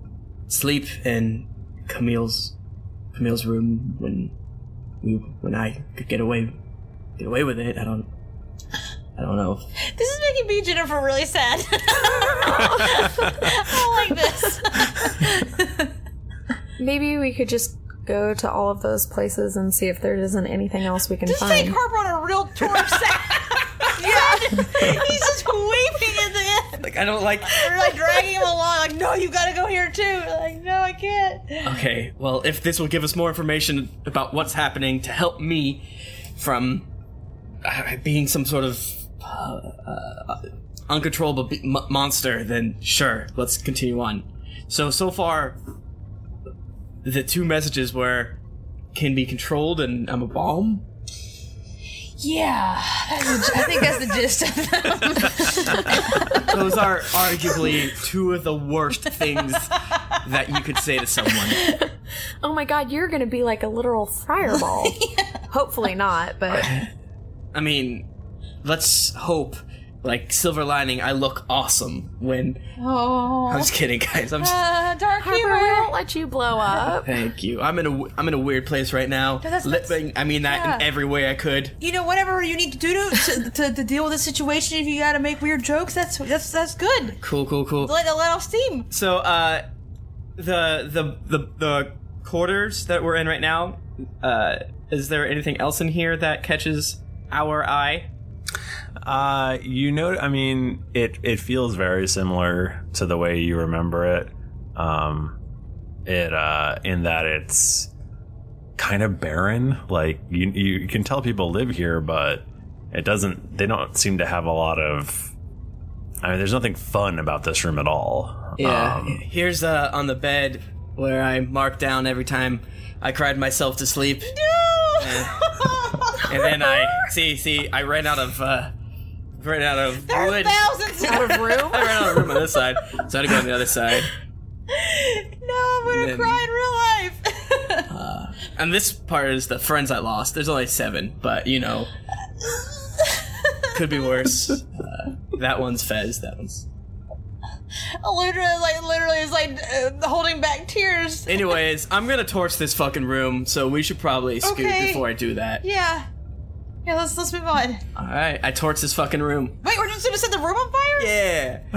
Speaker 9: sleep in Camille's Camille's room when we when I could get away get away with it. I don't I don't know.
Speaker 8: This is making me and Jennifer really sad. <laughs> I don't like this.
Speaker 6: Maybe we could just go to all of those places and see if there isn't anything else we can
Speaker 8: Just
Speaker 6: find.
Speaker 8: take Harper on a real tour of sad.
Speaker 9: <laughs>
Speaker 8: yeah. <laughs> He's just weeping at the end.
Speaker 9: Like I don't like.
Speaker 8: We're like dragging him along, like, no, you gotta go here too. We're like, no, I can't.
Speaker 9: Okay, well, if this will give us more information about what's happening to help me from uh, being some sort of uh, uh, uncontrollable be- m- monster, then sure, let's continue on. So, so far, the two messages were can be controlled and I'm a bomb.
Speaker 8: Yeah. That's the- I think that's the gist of it.
Speaker 9: Those are arguably two of the worst things that you could say to someone.
Speaker 6: oh my god, you're gonna be like a literal <laughs> fireball. Hopefully not,
Speaker 9: <laughs>
Speaker 6: but
Speaker 9: I mean, let's hope, like, silver lining, I look awesome when
Speaker 8: Oh.
Speaker 9: I'm just kidding, guys. I'm just.
Speaker 8: Uh, dark
Speaker 13: Harper,
Speaker 8: humor.
Speaker 13: we won't let you blow up.
Speaker 9: Thank you. I'm in a w- I'm in a weird place right now.
Speaker 8: No, that's-
Speaker 9: Let- I mean that in
Speaker 8: yeah.
Speaker 9: every way I could.
Speaker 8: You know, whatever you need to do to, to, to, to deal with the situation, if you gotta make weird jokes, that's that's that's good.
Speaker 9: Cool, cool, cool.
Speaker 8: Let, let off steam.
Speaker 9: So uh, the the the the quarters that we're in right now. Uh, is there anything else in here that catches our eye?
Speaker 1: Uh, you know, I mean, it it feels very similar to the way you remember it. Um, it uh, in that it's kind of barren. Like you you can tell people live here, but it doesn't. They don't seem to have a lot of. I mean, there's nothing fun about this room at all.
Speaker 9: Yeah.
Speaker 1: Um,
Speaker 9: Here's uh, on the bed where I mark down every time I cried myself to sleep. No. And, and then I see see I ran out of uh, ran out of
Speaker 8: There's
Speaker 9: wood.
Speaker 8: thousands
Speaker 9: Out of
Speaker 8: room.
Speaker 9: I ran out of room on this side, so I had to go on the other side.
Speaker 8: <laughs> no, I'm gonna <laughs>
Speaker 9: Then-
Speaker 8: cry in real life.
Speaker 9: And this part is the friends I lost. There's only seven, but you know, could
Speaker 8: <laughs>
Speaker 9: be worse. Uh, that one's Fez. That one's.
Speaker 8: Aludra, like literally is like uh, holding back tears.
Speaker 9: Anyways, I'm gonna torch this fucking room, so we should probably scoot
Speaker 8: Okay.
Speaker 9: before I do that.
Speaker 8: Yeah. Yeah, let's let's move on.
Speaker 9: All right, I torch this fucking room.
Speaker 8: Wait, we're just gonna set the room on fire?
Speaker 9: Yeah. <laughs>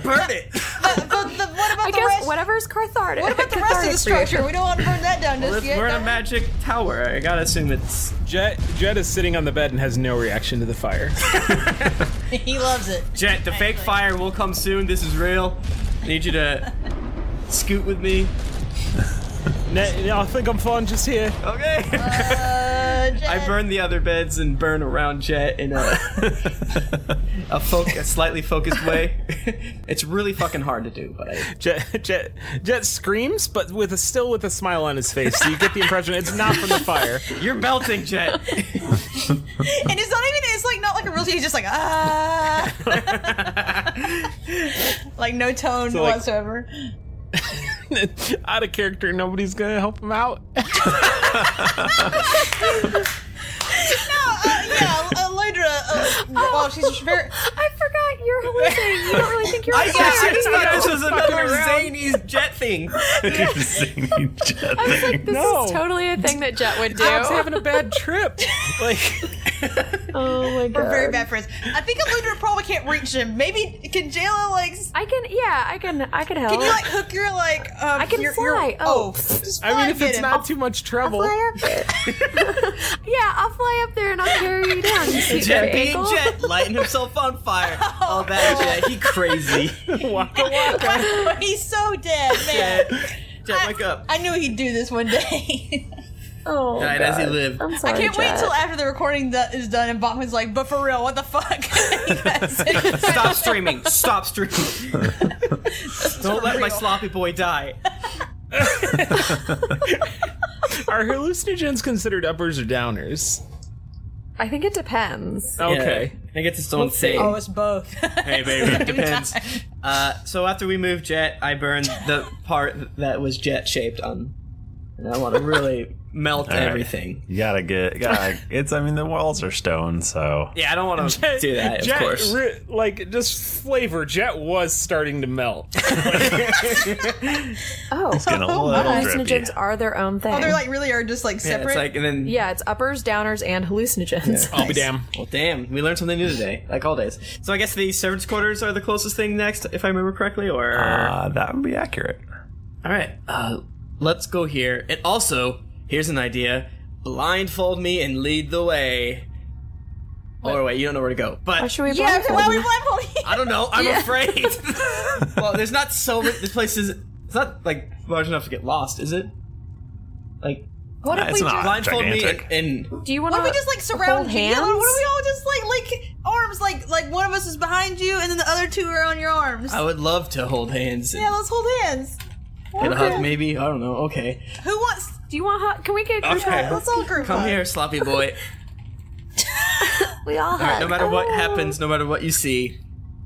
Speaker 9: Burn it.
Speaker 8: What about
Speaker 6: I
Speaker 8: the
Speaker 6: guess
Speaker 8: rest?
Speaker 6: whatever's cathartic.
Speaker 8: What about the rest of the
Speaker 6: cathartic for you.
Speaker 8: structure? We don't want to burn that down
Speaker 9: Well,
Speaker 8: just
Speaker 9: if
Speaker 8: yet.
Speaker 9: we're in a magic tower, I gotta assume it's
Speaker 7: Jet. Jet is sitting on the bed and has no reaction to the fire.
Speaker 8: he loves it.
Speaker 9: Jet, the fake fire will come soon. This is real. I need you to scoot with
Speaker 7: <laughs>
Speaker 9: me.
Speaker 7: no, no, I think I'm fine just here.
Speaker 9: Okay.
Speaker 13: Uh,
Speaker 9: I burn the other beds and burn around Jet in
Speaker 7: <laughs>
Speaker 9: a a, foc- a slightly focused way.
Speaker 7: <laughs>
Speaker 9: it's really fucking hard to do, but I,
Speaker 7: Jet, Jet, Jet screams, but with a still with a smile on his face. So you get the impression it's not from the fire.
Speaker 9: You're belting, Jet.
Speaker 8: <laughs> and it's not even it's like not like a real he's just like
Speaker 6: <laughs>
Speaker 8: ah like no tone
Speaker 7: So, like-
Speaker 8: whatsoever
Speaker 7: <laughs> out of character, nobody's gonna help him out.
Speaker 8: Uh, yeah Elodra
Speaker 6: <gasps>
Speaker 8: uh, well she's very
Speaker 6: Oh, I forgot you're hallucinating you don't really think you're
Speaker 8: I-
Speaker 6: on
Speaker 8: yeah, I
Speaker 6: fire.
Speaker 8: just thought this was
Speaker 9: another zany
Speaker 13: <laughs>
Speaker 9: Jet thing.
Speaker 13: I was like, this
Speaker 7: No.
Speaker 13: is totally a thing that Jet would do.
Speaker 7: I was having a bad trip. Like,
Speaker 6: <laughs> oh my
Speaker 8: we're very bad friends I think Elodra probably can't reach him maybe can Jayla like
Speaker 6: I can yeah I can I can help
Speaker 8: can you like hook your
Speaker 9: <laughs>
Speaker 8: like um, I
Speaker 6: can
Speaker 8: your,
Speaker 6: fly.
Speaker 8: your, oh just
Speaker 7: I mean,
Speaker 8: fly,
Speaker 7: if
Speaker 8: get
Speaker 7: it's
Speaker 8: him.
Speaker 7: not too much
Speaker 6: <laughs>
Speaker 7: trouble.
Speaker 6: yeah I'll fly up there and I'll carry you
Speaker 9: <laughs>
Speaker 6: down you sweet
Speaker 9: Jet
Speaker 6: little
Speaker 9: being
Speaker 6: ankle.
Speaker 9: Jet, lighting himself on
Speaker 13: <laughs>
Speaker 9: fire.
Speaker 13: Oh,
Speaker 9: All that Jet, he crazy.
Speaker 8: <laughs>
Speaker 7: waka
Speaker 8: waka he's so dead man
Speaker 9: Jet, Jet, wake up.
Speaker 8: I knew he'd do this one day
Speaker 6: <laughs> oh
Speaker 9: Died as he lived.
Speaker 8: I can't wait till after the recording do- is done and Bachman's like, but for real, what the fuck?
Speaker 9: <laughs> Stop streaming. Stop streaming. Don't let my sloppy boy die.
Speaker 7: <laughs> Are hallucinogens considered uppers or downers?
Speaker 6: I think it depends.
Speaker 9: Okay. I think it's its own thing.
Speaker 6: Oh,
Speaker 13: it's both.
Speaker 9: <laughs> Hey, baby, depends. Uh, so after we move Jet, I burned the part that was Jet shaped on, and I want to really melt
Speaker 1: All right.
Speaker 9: everything.
Speaker 1: You gotta get. Gotta, it's. I mean, the walls are stone, so
Speaker 9: Yeah, I don't want to do that.
Speaker 1: of
Speaker 7: <laughs> Jet,
Speaker 1: course.
Speaker 7: re- like just flavor. Jet was starting
Speaker 9: <laughs>
Speaker 7: to melt. <laughs>
Speaker 6: Oh,
Speaker 7: It's getting a little
Speaker 6: hallucinogens
Speaker 7: drippy.
Speaker 6: are their own thing.
Speaker 2: Oh, they're like really are just like
Speaker 9: Yeah, it's
Speaker 2: separate.
Speaker 9: like and then
Speaker 6: Yeah, it's uppers, downers, and hallucinogens.
Speaker 9: I'll be damn. Well, damn, we learned something new today, like all days. So I guess the servants' quarters are the closest thing next, if I remember correctly, or
Speaker 1: uh, that would be accurate.
Speaker 9: All right, uh, let's go here. And also, here's an idea: blindfold me and lead the way. Or wait, you don't know where to go. But
Speaker 6: Why should we
Speaker 9: yeah,
Speaker 6: blindfold why we you? <laughs>
Speaker 9: I don't know. I'm
Speaker 6: Yeah. <laughs>
Speaker 9: afraid. well, there's not so many. This place is. It's not like large enough to get lost, is it? Like,
Speaker 6: What if It's we not just-
Speaker 9: blindfold me
Speaker 6: gigantic.
Speaker 9: and,
Speaker 6: <laughs>
Speaker 9: and
Speaker 6: Do you want
Speaker 2: Why don't we just like surround
Speaker 6: hold
Speaker 2: you? Yeah, like,
Speaker 6: hands?
Speaker 2: what do
Speaker 8: we all just like like arms like like one of us is behind you and then the other two are on your arms.
Speaker 9: I would love to hold hands and
Speaker 8: yeah, let's hold hands.
Speaker 9: get a
Speaker 8: Okay.
Speaker 9: hug, maybe. I don't know. Okay.
Speaker 8: Who wants?
Speaker 6: Do you want? Hug? Can we get
Speaker 9: Okay.
Speaker 8: Let's all group
Speaker 9: Come
Speaker 8: hug.
Speaker 9: here,
Speaker 8: <laughs>
Speaker 9: sloppy boy.
Speaker 6: we all Oh.
Speaker 9: All right, no matter
Speaker 8: Oh.
Speaker 9: what happens, no matter what you see,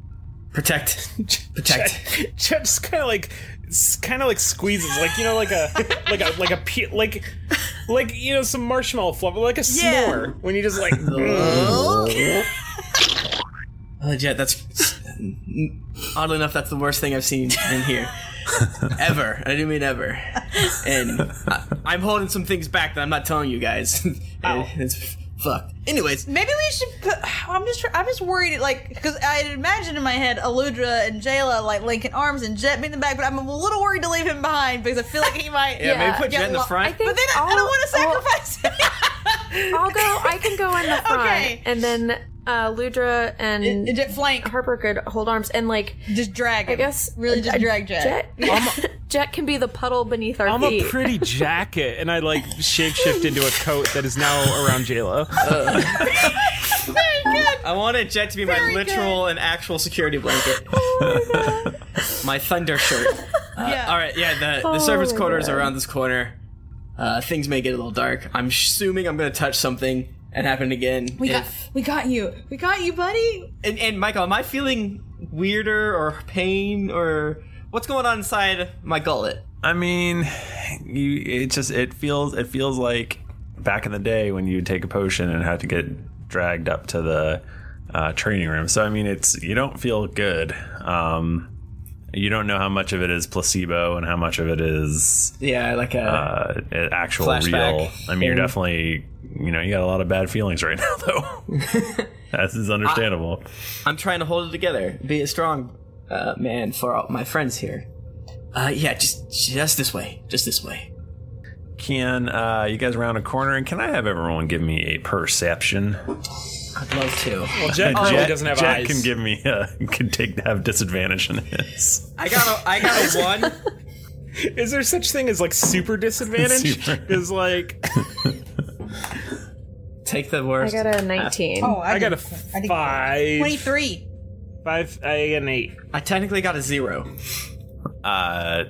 Speaker 8: <laughs>
Speaker 9: protect. protect.
Speaker 7: Jet just kind of like, kind of like squeezes, like you know, like a, like a, like a, pe- like, like you know, some marshmallow fluff, like a
Speaker 9: Yeah.
Speaker 7: s'more when you
Speaker 9: <laughs>
Speaker 7: just like. mm.
Speaker 9: Oh, Jet, that's <laughs> oddly enough, that's the worst thing I've seen in
Speaker 8: <laughs>
Speaker 9: here ever. I do mean ever. And I, I'm holding some things back that I'm not telling you guys. <laughs> And
Speaker 8: Oh.
Speaker 9: it's fucked. Anyways,
Speaker 8: Maybe we should put. I'm just. tr- I'm just worried, like, because I had imagined in my head Aludra and Jayla like linking arms and Jet being in the back, but I'm a little worried to leave him behind because I feel like he might.
Speaker 9: <laughs> Yeah, maybe put
Speaker 8: get
Speaker 9: Jet in the
Speaker 8: lo-
Speaker 9: front. I
Speaker 8: but then I- I don't want to sacrifice. him.
Speaker 9: <laughs>
Speaker 6: I'll go. I can go in the front,
Speaker 8: Okay.
Speaker 6: and then uh, Ludra and
Speaker 8: flank
Speaker 6: Harper could hold arms and like
Speaker 8: just drag.
Speaker 6: I guess
Speaker 8: really just drag Jet.
Speaker 6: Jet, <laughs> Jet can be the puddle beneath our
Speaker 7: I'm
Speaker 6: feet.
Speaker 7: a pretty jacket, and I like shapeshift into a coat that is now around Jayla.
Speaker 9: Uh. I wanted Jet to be my
Speaker 8: Very good. Oh
Speaker 9: literal and actual security blanket. <laughs> my, thunder shirt. Uh,
Speaker 8: Yeah.
Speaker 9: All right, yeah, the, the
Speaker 8: Oh
Speaker 9: servants'
Speaker 8: my
Speaker 9: quarters
Speaker 8: God.
Speaker 9: are around this corner. Uh, things may get a little dark. I'm assuming I'm going to touch something and happen again.
Speaker 8: We got.
Speaker 9: if-
Speaker 8: We got you. We got you, buddy.
Speaker 9: And, and Michael, am I feeling weirder or pain or what's going on inside my gullet?
Speaker 1: I mean, you. It just. It feels. It feels like back in the day when you would take a potion and had to get dragged up to the uh, training room. So I mean, it's you don't feel good. Um, you don't know how much of it is placebo and how much of it is
Speaker 9: Yeah, like a
Speaker 1: uh, an actual
Speaker 9: flashback
Speaker 1: real. I mean, you're
Speaker 9: thing.
Speaker 1: definitely. You know, you got a lot of bad feelings right <laughs> now,
Speaker 9: <laughs>
Speaker 1: though. that is understandable.
Speaker 9: I'm trying to hold it together, be a strong uh, man for all my friends here. Uh, yeah, just just this way, just this way.
Speaker 1: Can uh, you guys round a corner and can I have everyone give me a perception?
Speaker 9: I'd love to.
Speaker 7: Well, Jet
Speaker 1: Uh,
Speaker 7: clearly Oh, doesn't have
Speaker 1: Jet
Speaker 7: eyes.
Speaker 1: can give me uh, <laughs> can take have disadvantage in his.
Speaker 9: I got a, I got
Speaker 7: <laughs>
Speaker 9: a one.
Speaker 7: Is there such thing as like super disadvantage?
Speaker 1: Super.
Speaker 7: Is like
Speaker 9: take the worst.
Speaker 6: I got a 19.
Speaker 7: Oh, I,
Speaker 6: I
Speaker 7: got a
Speaker 6: did-
Speaker 7: five.
Speaker 8: Twenty-three.
Speaker 7: Five. I got an eight.
Speaker 9: I technically got a zero.
Speaker 1: Uh,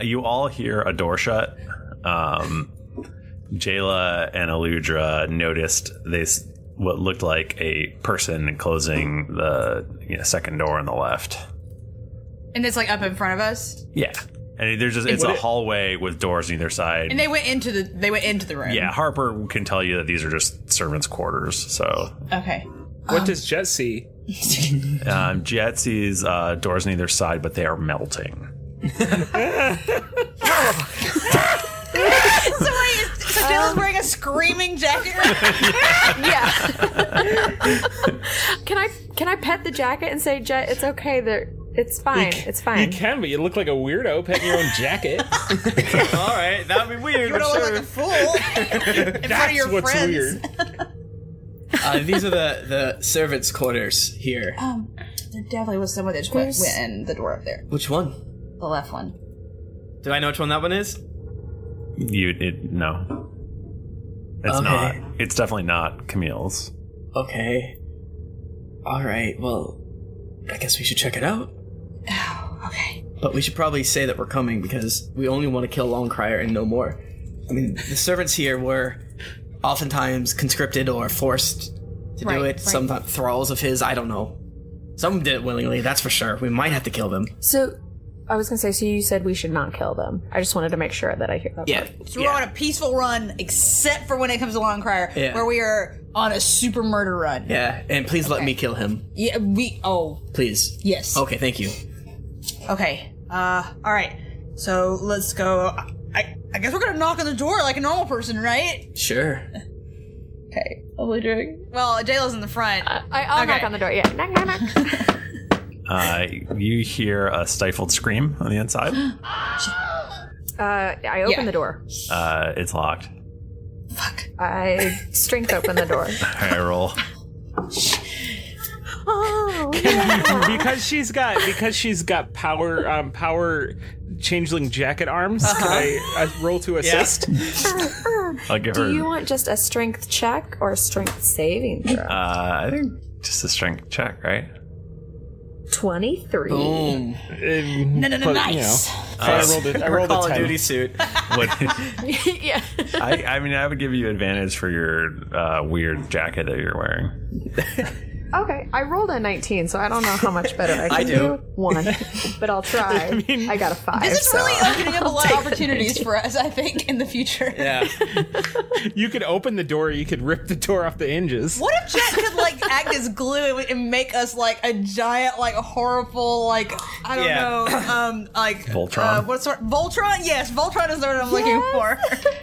Speaker 1: you all hear a door shut. Um, Jayla and Aludra noticed this what looked like a person closing the you know, second door on the left.
Speaker 8: And it's like up in front of us.
Speaker 1: Yeah, and there's just it's
Speaker 8: What
Speaker 1: a
Speaker 8: it-
Speaker 1: hallway with doors on either side.
Speaker 8: And they went into the. They went into the room.
Speaker 1: yeah, Harper can tell you that these are just servants' quarters. So
Speaker 8: Okay.
Speaker 7: What does Jet see?
Speaker 1: um, Jet sees uh, doors on either side, but they are melting.
Speaker 8: <laughs> so wait, is- so
Speaker 9: Um,
Speaker 8: Dylan's wearing a screaming jacket.
Speaker 6: Can I can I pet the jacket and say, Jet, it's okay. There, it's fine. It's
Speaker 7: You
Speaker 6: fine.
Speaker 7: can, but you look like a weirdo petting your own jacket.
Speaker 9: <laughs> All right, that would be weird.
Speaker 8: You don't look like a fool in front of your
Speaker 7: what's
Speaker 8: friends.
Speaker 7: weird.
Speaker 9: Uh, these are the the servants' quarters here.
Speaker 8: Um, there definitely was someone that just went, went in the door up there,
Speaker 9: Which one?
Speaker 8: the left one.
Speaker 9: Do I know which one that one is?
Speaker 1: You it, no. It's
Speaker 9: Okay.
Speaker 1: not. It's definitely not Camille's.
Speaker 9: Okay. All right. Well, I guess we should check it out. okay. But we should probably say that we're coming because we only want to kill Longcrier and no more. I mean, the servants here were oftentimes conscripted or forced to
Speaker 13: Right,
Speaker 9: do
Speaker 13: right.
Speaker 9: it. Some thralls of his, I don't know. Some did it willingly, that's for sure. We might have to kill them.
Speaker 6: So, I was gonna say, so you said we should not kill them. I just wanted to make sure that I hear that.
Speaker 9: Yeah.
Speaker 8: So we're on a peaceful run, except for when it comes to Long Crier,
Speaker 9: Yeah.
Speaker 8: where we are on a super murder run.
Speaker 9: Yeah, and please let me kill him.
Speaker 8: Yeah, we. Oh,
Speaker 9: Please.
Speaker 8: Yes.
Speaker 9: Okay, thank you.
Speaker 8: okay. Uh, all right. So let's go. I, I guess we're gonna knock on the door like a normal person, right?
Speaker 9: Sure.
Speaker 8: Okay. Well, Jayla's in the front.
Speaker 13: I, I'll knock on the door. Yeah. Knock, knock, knock.
Speaker 1: Uh, you hear a stifled scream on the inside.
Speaker 6: Uh, I open the door.
Speaker 1: Uh, it's locked.
Speaker 6: I strength open the
Speaker 7: <laughs>
Speaker 6: door.
Speaker 1: I roll.
Speaker 7: <laughs>
Speaker 6: Oh,
Speaker 7: because she's got because she's got power um, power changeling jacket arms.
Speaker 9: Uh-huh.
Speaker 7: Can I, I roll to assist?
Speaker 1: I'll give her.
Speaker 6: Do you want just a strength check or a strength saving
Speaker 1: uh,
Speaker 6: throw?
Speaker 1: I think just a strength check, right?
Speaker 6: 23.
Speaker 7: No,
Speaker 6: no, no, nice.
Speaker 7: I rolled a- I rolled a
Speaker 9: Call of
Speaker 7: 10.
Speaker 9: Duty
Speaker 7: <laughs>
Speaker 9: suit.
Speaker 1: Uh,
Speaker 6: <laughs>
Speaker 1: What,
Speaker 13: yeah.
Speaker 1: I, I mean, I would give you advantage for your uh, weird jacket that you're wearing.
Speaker 6: Okay, I rolled a 19, so I don't know how much better I can
Speaker 1: I do.
Speaker 6: do.
Speaker 1: <laughs>
Speaker 6: One, but I'll try. I, got a five.
Speaker 8: This is
Speaker 6: so.
Speaker 8: really opening
Speaker 1: <laughs>
Speaker 8: up a lot of
Speaker 6: take the
Speaker 8: opportunities
Speaker 6: 19. <laughs>
Speaker 8: for us, I think, in the future.
Speaker 9: Yeah.
Speaker 7: <laughs> you could open the door. You could rip the door off the hinges.
Speaker 8: What if Jack could like act as glue and- and make us like a giant, like horrible, like I don't
Speaker 7: Yeah.
Speaker 8: know, um, like
Speaker 1: Voltron.
Speaker 8: Uh, what sort? Voltron? Yes, Voltron is the word I'm looking <laughs> for.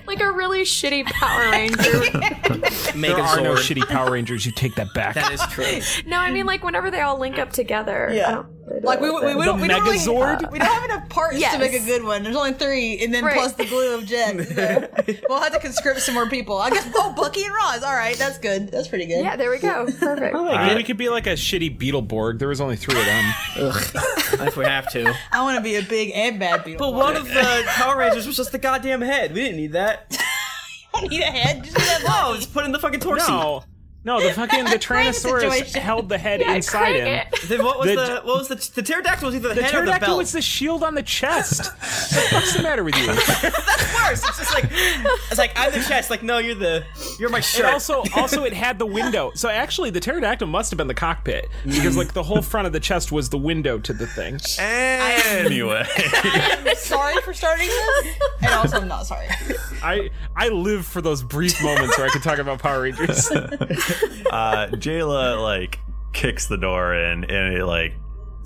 Speaker 6: like a really shitty Power Ranger.
Speaker 7: there
Speaker 9: a
Speaker 7: are no
Speaker 9: sword.
Speaker 7: shitty Power Rangers. You take that back.
Speaker 9: That is true.
Speaker 6: <laughs> no, I mean like whenever they all link up together. I
Speaker 8: Yeah.
Speaker 6: don't-
Speaker 8: Like we, we, we don't we don't really-
Speaker 7: Megazord?
Speaker 8: we don't have enough parts
Speaker 6: Yes.
Speaker 8: to make a good one. There's only three, and then
Speaker 6: Right.
Speaker 8: plus the glue of
Speaker 7: <laughs>
Speaker 8: Jack. so we'll have to conscript some more people. I guess. Oh, Bucky and Roz. All right, that's good. That's pretty good.
Speaker 6: Yeah, there we go. Perfect.
Speaker 7: I mean, we could be <laughs> like a shitty Beetleborg. There was only three of them.
Speaker 9: if we have to.
Speaker 8: I want to be a big and bad Beetleborg.
Speaker 9: But one of the Power Rangers was just the goddamn head. We didn't
Speaker 8: <laughs>
Speaker 9: need that.
Speaker 8: need a head. Just need a
Speaker 9: no, just put in the fucking torso.
Speaker 7: No. No,
Speaker 8: <laughs>
Speaker 7: the fucking the Tyrannosaurus
Speaker 9: situation.
Speaker 7: held the head
Speaker 9: Yeah,
Speaker 7: inside him.
Speaker 9: crank it. Then what was the- what was the the pterodactyl was either the head or the
Speaker 7: pterodactyl
Speaker 9: belt.
Speaker 7: was the shield on the chest. What's the matter with you?
Speaker 9: Worse. It's just like it's like I'm the chest. Like <laughs> no, you're the you're my shirt.
Speaker 7: And also, also it had the window. So actually, the pterodactyl must have been the cockpit because like the whole front of the chest was the window to the thing.
Speaker 1: Anyway,
Speaker 8: <laughs> I'm sorry for starting this, and also I'm not sorry.
Speaker 7: I I live for those brief moments where I can talk about Power Rangers.
Speaker 1: Uh, Jayla like kicks the door in, and it like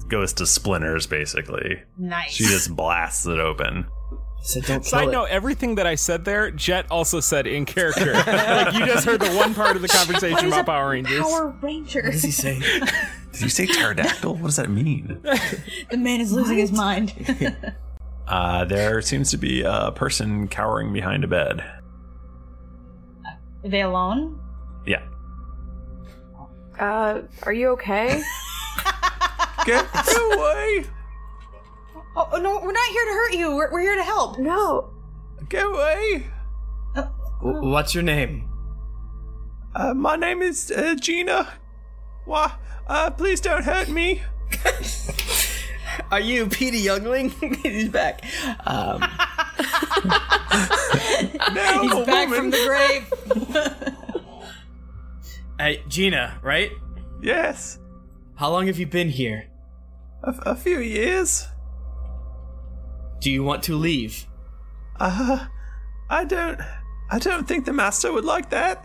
Speaker 1: goes to splinters. Basically,
Speaker 8: Nice.
Speaker 1: She just blasts it open.
Speaker 9: So don't
Speaker 7: Side note: Everything that I said there, Jet also said in character. like you just heard the one part of the
Speaker 8: What
Speaker 7: conversation
Speaker 8: is
Speaker 7: about
Speaker 8: a
Speaker 7: Power Rangers.
Speaker 8: Power Ranger. What
Speaker 9: does he say?
Speaker 1: Did you say pterodactyl? What does that mean?
Speaker 8: the man is losing his mind.
Speaker 1: Uh, there seems to be a person cowering behind a bed.
Speaker 8: Are they alone?
Speaker 1: Yeah.
Speaker 6: Uh, are
Speaker 8: <laughs>
Speaker 6: you okay?
Speaker 1: Get away!
Speaker 8: Oh, oh, no, we're not here to hurt you. We're, we're here to help.
Speaker 6: No.
Speaker 1: Get away!
Speaker 9: W- What's your name?
Speaker 1: Uh, my name is uh, Gina. Why? Uh, please don't hurt me.
Speaker 9: <laughs> Are you Peter Youngling? <laughs> He's back.
Speaker 1: <laughs>
Speaker 9: Um,
Speaker 1: no,
Speaker 8: He's back from the grave.
Speaker 9: <laughs> hey, Gina, right?
Speaker 1: Yes.
Speaker 9: How long have you been here?
Speaker 1: A, a few years.
Speaker 9: Do you want to leave?
Speaker 1: Uh, I don't. I don't think the master would like that.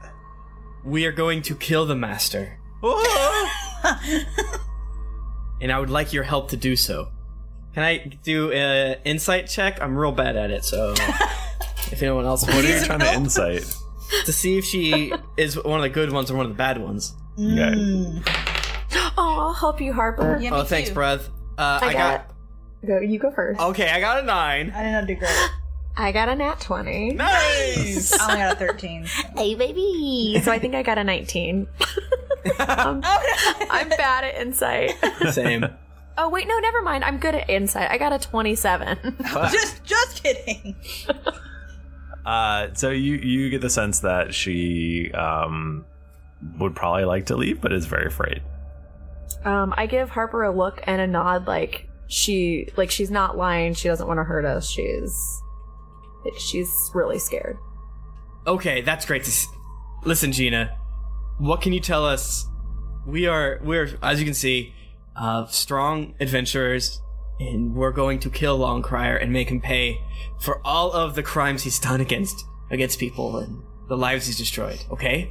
Speaker 9: We are going to kill the master,
Speaker 7: Oh.
Speaker 9: and I would like your help to do so. Can I do an insight check? I'm real bad at it, so if anyone else,
Speaker 1: What are you trying to insight?
Speaker 9: to see if she is one of the good ones or one of the bad ones.
Speaker 6: <gasps> Oh, I'll help you, Harper.
Speaker 9: oh, thanks, bruv. Uh,
Speaker 6: I
Speaker 9: I got.
Speaker 6: Go, you go first.
Speaker 9: Okay, I got a nine.
Speaker 8: I did not do great.
Speaker 6: <laughs> I got a nat 20.
Speaker 9: Nice!
Speaker 8: I only got a 13.
Speaker 6: <laughs> Hey, baby. So I think I got a
Speaker 9: <laughs>
Speaker 6: 19. Um, I'm bad at insight.
Speaker 9: Same.
Speaker 6: Oh, wait, no, never mind. I'm good at insight. I got a 27. <laughs>
Speaker 8: just, just kidding.
Speaker 1: Uh, so you you get the sense that she um would probably like to leave, but is very afraid.
Speaker 6: Um, I give Harper a look and a nod, like she, like she's not lying. She doesn't want to hurt us. She's, she's really scared.
Speaker 9: Okay, that's great to s- Listen, Gina, what can you tell us? We are we're as you can see, uh, strong adventurers, and we're going to kill Longcrier and make him pay for all of the crimes he's done against against people and the lives he's destroyed. Okay?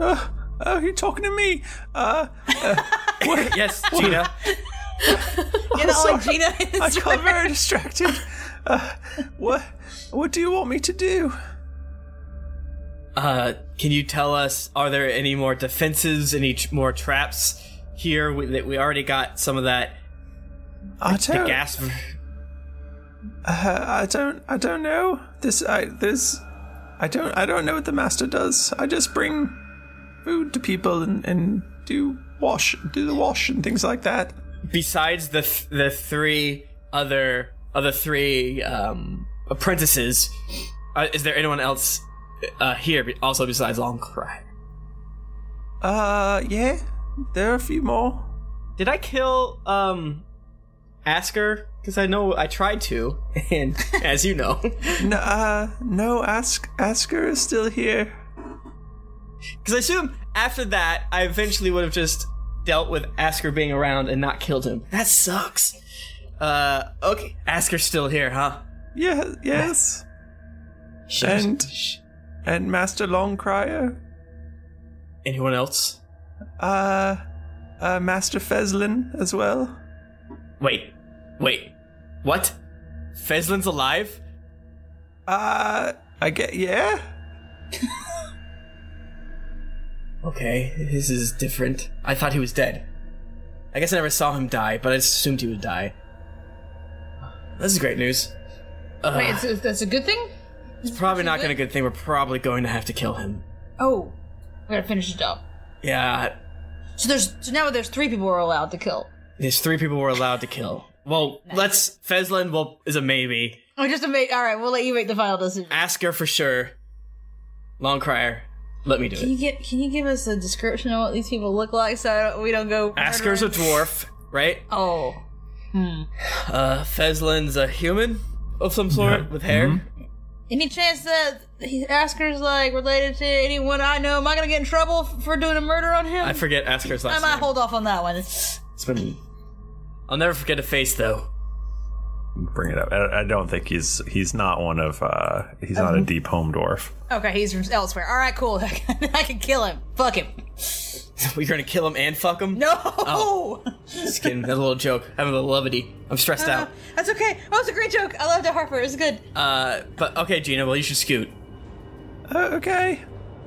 Speaker 1: Oh, oh you're talking to me. Uh,
Speaker 9: <laughs>
Speaker 1: uh, what?
Speaker 9: yes, Gina.
Speaker 1: you know, like Gina I got very distracted. Uh, what? What do you want me to do?
Speaker 9: Uh, can you tell us? Are there any more defenses? Any tr- more traps here? We, that we already got some of that.
Speaker 1: I
Speaker 9: the
Speaker 1: don't-
Speaker 9: gas. v-
Speaker 1: Uh, I don't. I don't know. This. I. This. I don't. I don't know what the master does. I just bring food to people and and do wash, do the wash and things like that.
Speaker 9: Besides the th- the three other other three um, apprentices, uh, is there anyone else uh, here be- also besides Longcry?
Speaker 1: Uh, yeah. There are a few more.
Speaker 9: Did I kill um, Asker? Because I know I tried to, <laughs> and as you know,
Speaker 1: No. Uh, no. Ask. Asker is still here.
Speaker 9: Because I assume after that, I eventually would have just dealt with Asker being around and not killed him. That sucks. Uh, okay. Asker's still here, huh?
Speaker 1: Yeah. Yes. And and Master Longcrier.
Speaker 9: Anyone else?
Speaker 1: Uh, uh, Master Feslin as well.
Speaker 9: Wait. Wait. What? Fezlin's alive?
Speaker 1: Uh, I get. Yeah.
Speaker 9: <laughs> Okay, this is different. I thought he was dead. I guess I never saw him die, but I just assumed he would die. This is great news.
Speaker 8: <laughs>
Speaker 9: Ugh,
Speaker 8: Wait, it's, that's a good thing?
Speaker 9: it's probably not going to good thing. We're probably going to have to kill him.
Speaker 8: Oh, we gotta finish the job.
Speaker 9: Yeah,
Speaker 8: So there's so now there's three people we're allowed to kill.
Speaker 9: There's three people we're allowed to kill. Well, let's. Fezlin will is a maybe.
Speaker 8: Oh, just to make all right, we'll let you make the final decision.
Speaker 9: Ask her for sure. Long crier, let me do
Speaker 8: Can you
Speaker 9: it.
Speaker 8: get? Can you give us a description of what these people look like so I don't- we don't go?
Speaker 9: Asker's a
Speaker 8: murdering?
Speaker 9: dwarf, right?
Speaker 8: Oh,
Speaker 9: Uh, Fezlin's a human of some sort with hair.
Speaker 7: Mm-hmm.
Speaker 8: any chance that he, Asker's like related to anyone I know? Am I gonna get in trouble f- for doing a murder on him?
Speaker 9: I forget Asker's
Speaker 8: I
Speaker 9: last
Speaker 8: might
Speaker 9: name.
Speaker 8: hold off on that one.
Speaker 9: It's been. I'll never forget a face though. <laughs>
Speaker 1: Bring it up. I, I don't think he's he's not one of uh he's not a
Speaker 9: Um.
Speaker 1: deep home dwarf.
Speaker 8: Okay, he's from elsewhere. All right, cool. <laughs> I can kill him. Fuck him.
Speaker 9: We're gonna kill him and fuck him. Oh.
Speaker 8: No.
Speaker 9: Just kidding. That's a little joke. Having a little levity. I'm
Speaker 8: <laughs>
Speaker 9: stressed out.
Speaker 8: Uh, That's okay. That was a great joke. I loved it, Harper. It was good.
Speaker 9: Uh, but okay, Gina. Well, you should scoot.
Speaker 1: okay.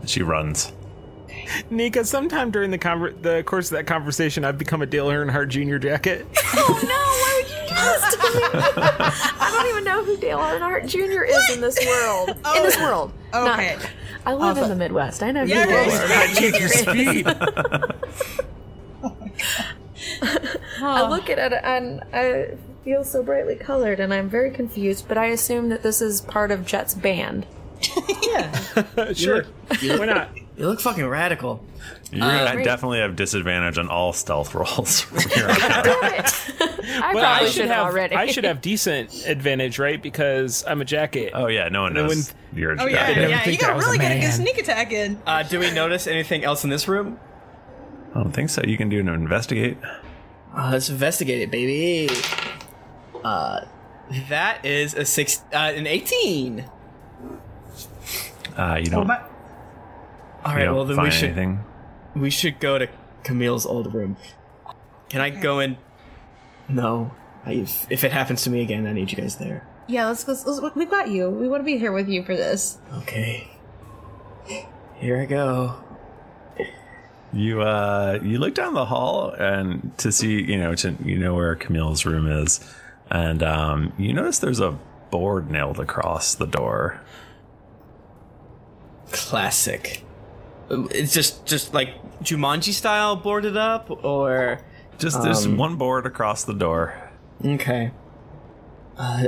Speaker 1: She runs.
Speaker 7: Nika, sometime during the conver- the course of that conversation, I've become a Dale Earnhardt Jr. jacket.
Speaker 6: Oh, I don't even know who Dale Earnhardt Jr. is in this world. in this world. Not-
Speaker 8: Oh. okay.
Speaker 6: I live in the Midwest. I know who
Speaker 8: Yeah,
Speaker 6: Dale
Speaker 8: right.
Speaker 11: <laughs>
Speaker 6: Earnhardt Jr.
Speaker 8: Take your
Speaker 6: is.
Speaker 8: speed.
Speaker 6: I look at it and I feel so brightly colored and I'm very confused, but I assume that this is part of Jet's band.
Speaker 7: Uh, sure. Why not?
Speaker 9: You look fucking radical.
Speaker 1: You're
Speaker 9: Uh,
Speaker 1: gonna
Speaker 6: Great.
Speaker 1: definitely have disadvantage on all
Speaker 9: <laughs>
Speaker 1: stealth rolls.
Speaker 6: I
Speaker 7: Well,
Speaker 6: probably
Speaker 7: I should
Speaker 6: did
Speaker 7: have
Speaker 6: already.
Speaker 7: I should have decent advantage, right? Because I'm a jacket.
Speaker 1: Oh yeah, no one
Speaker 7: No
Speaker 1: knows. You're a
Speaker 8: Oh yeah,
Speaker 7: I
Speaker 8: yeah.
Speaker 7: didn't
Speaker 8: You
Speaker 7: think I
Speaker 8: got
Speaker 7: was a
Speaker 8: really good at
Speaker 7: man.
Speaker 8: good sneak attack in.
Speaker 9: Uh, do we notice anything else in this room?
Speaker 1: I don't think so. You can do an investigate.
Speaker 9: Uh, let's investigate it, baby. Uh, that is a six, uh, an eighteen.
Speaker 1: Uh, you don't.
Speaker 9: Well, All
Speaker 1: you
Speaker 9: right.
Speaker 1: don't
Speaker 9: Well, then
Speaker 1: find
Speaker 9: we should
Speaker 1: anything.
Speaker 9: we should go to Camille's old room. Can I go in? No. I, if, if it happens to me again, I need you guys there.
Speaker 8: Yeah, let's, let's, let's we've got you. We want to be here with you for this.
Speaker 9: Okay. Here I go.
Speaker 1: You uh, you look down the hall and to see you know to you know where Camille's room is, and um, you notice there's a board nailed across the door.
Speaker 9: Classic. Um, It's just just like Jumanji style boarded up, or
Speaker 1: Just there's
Speaker 3: Um,
Speaker 9: Um,
Speaker 1: one board across the door.
Speaker 9: Okay. Uh,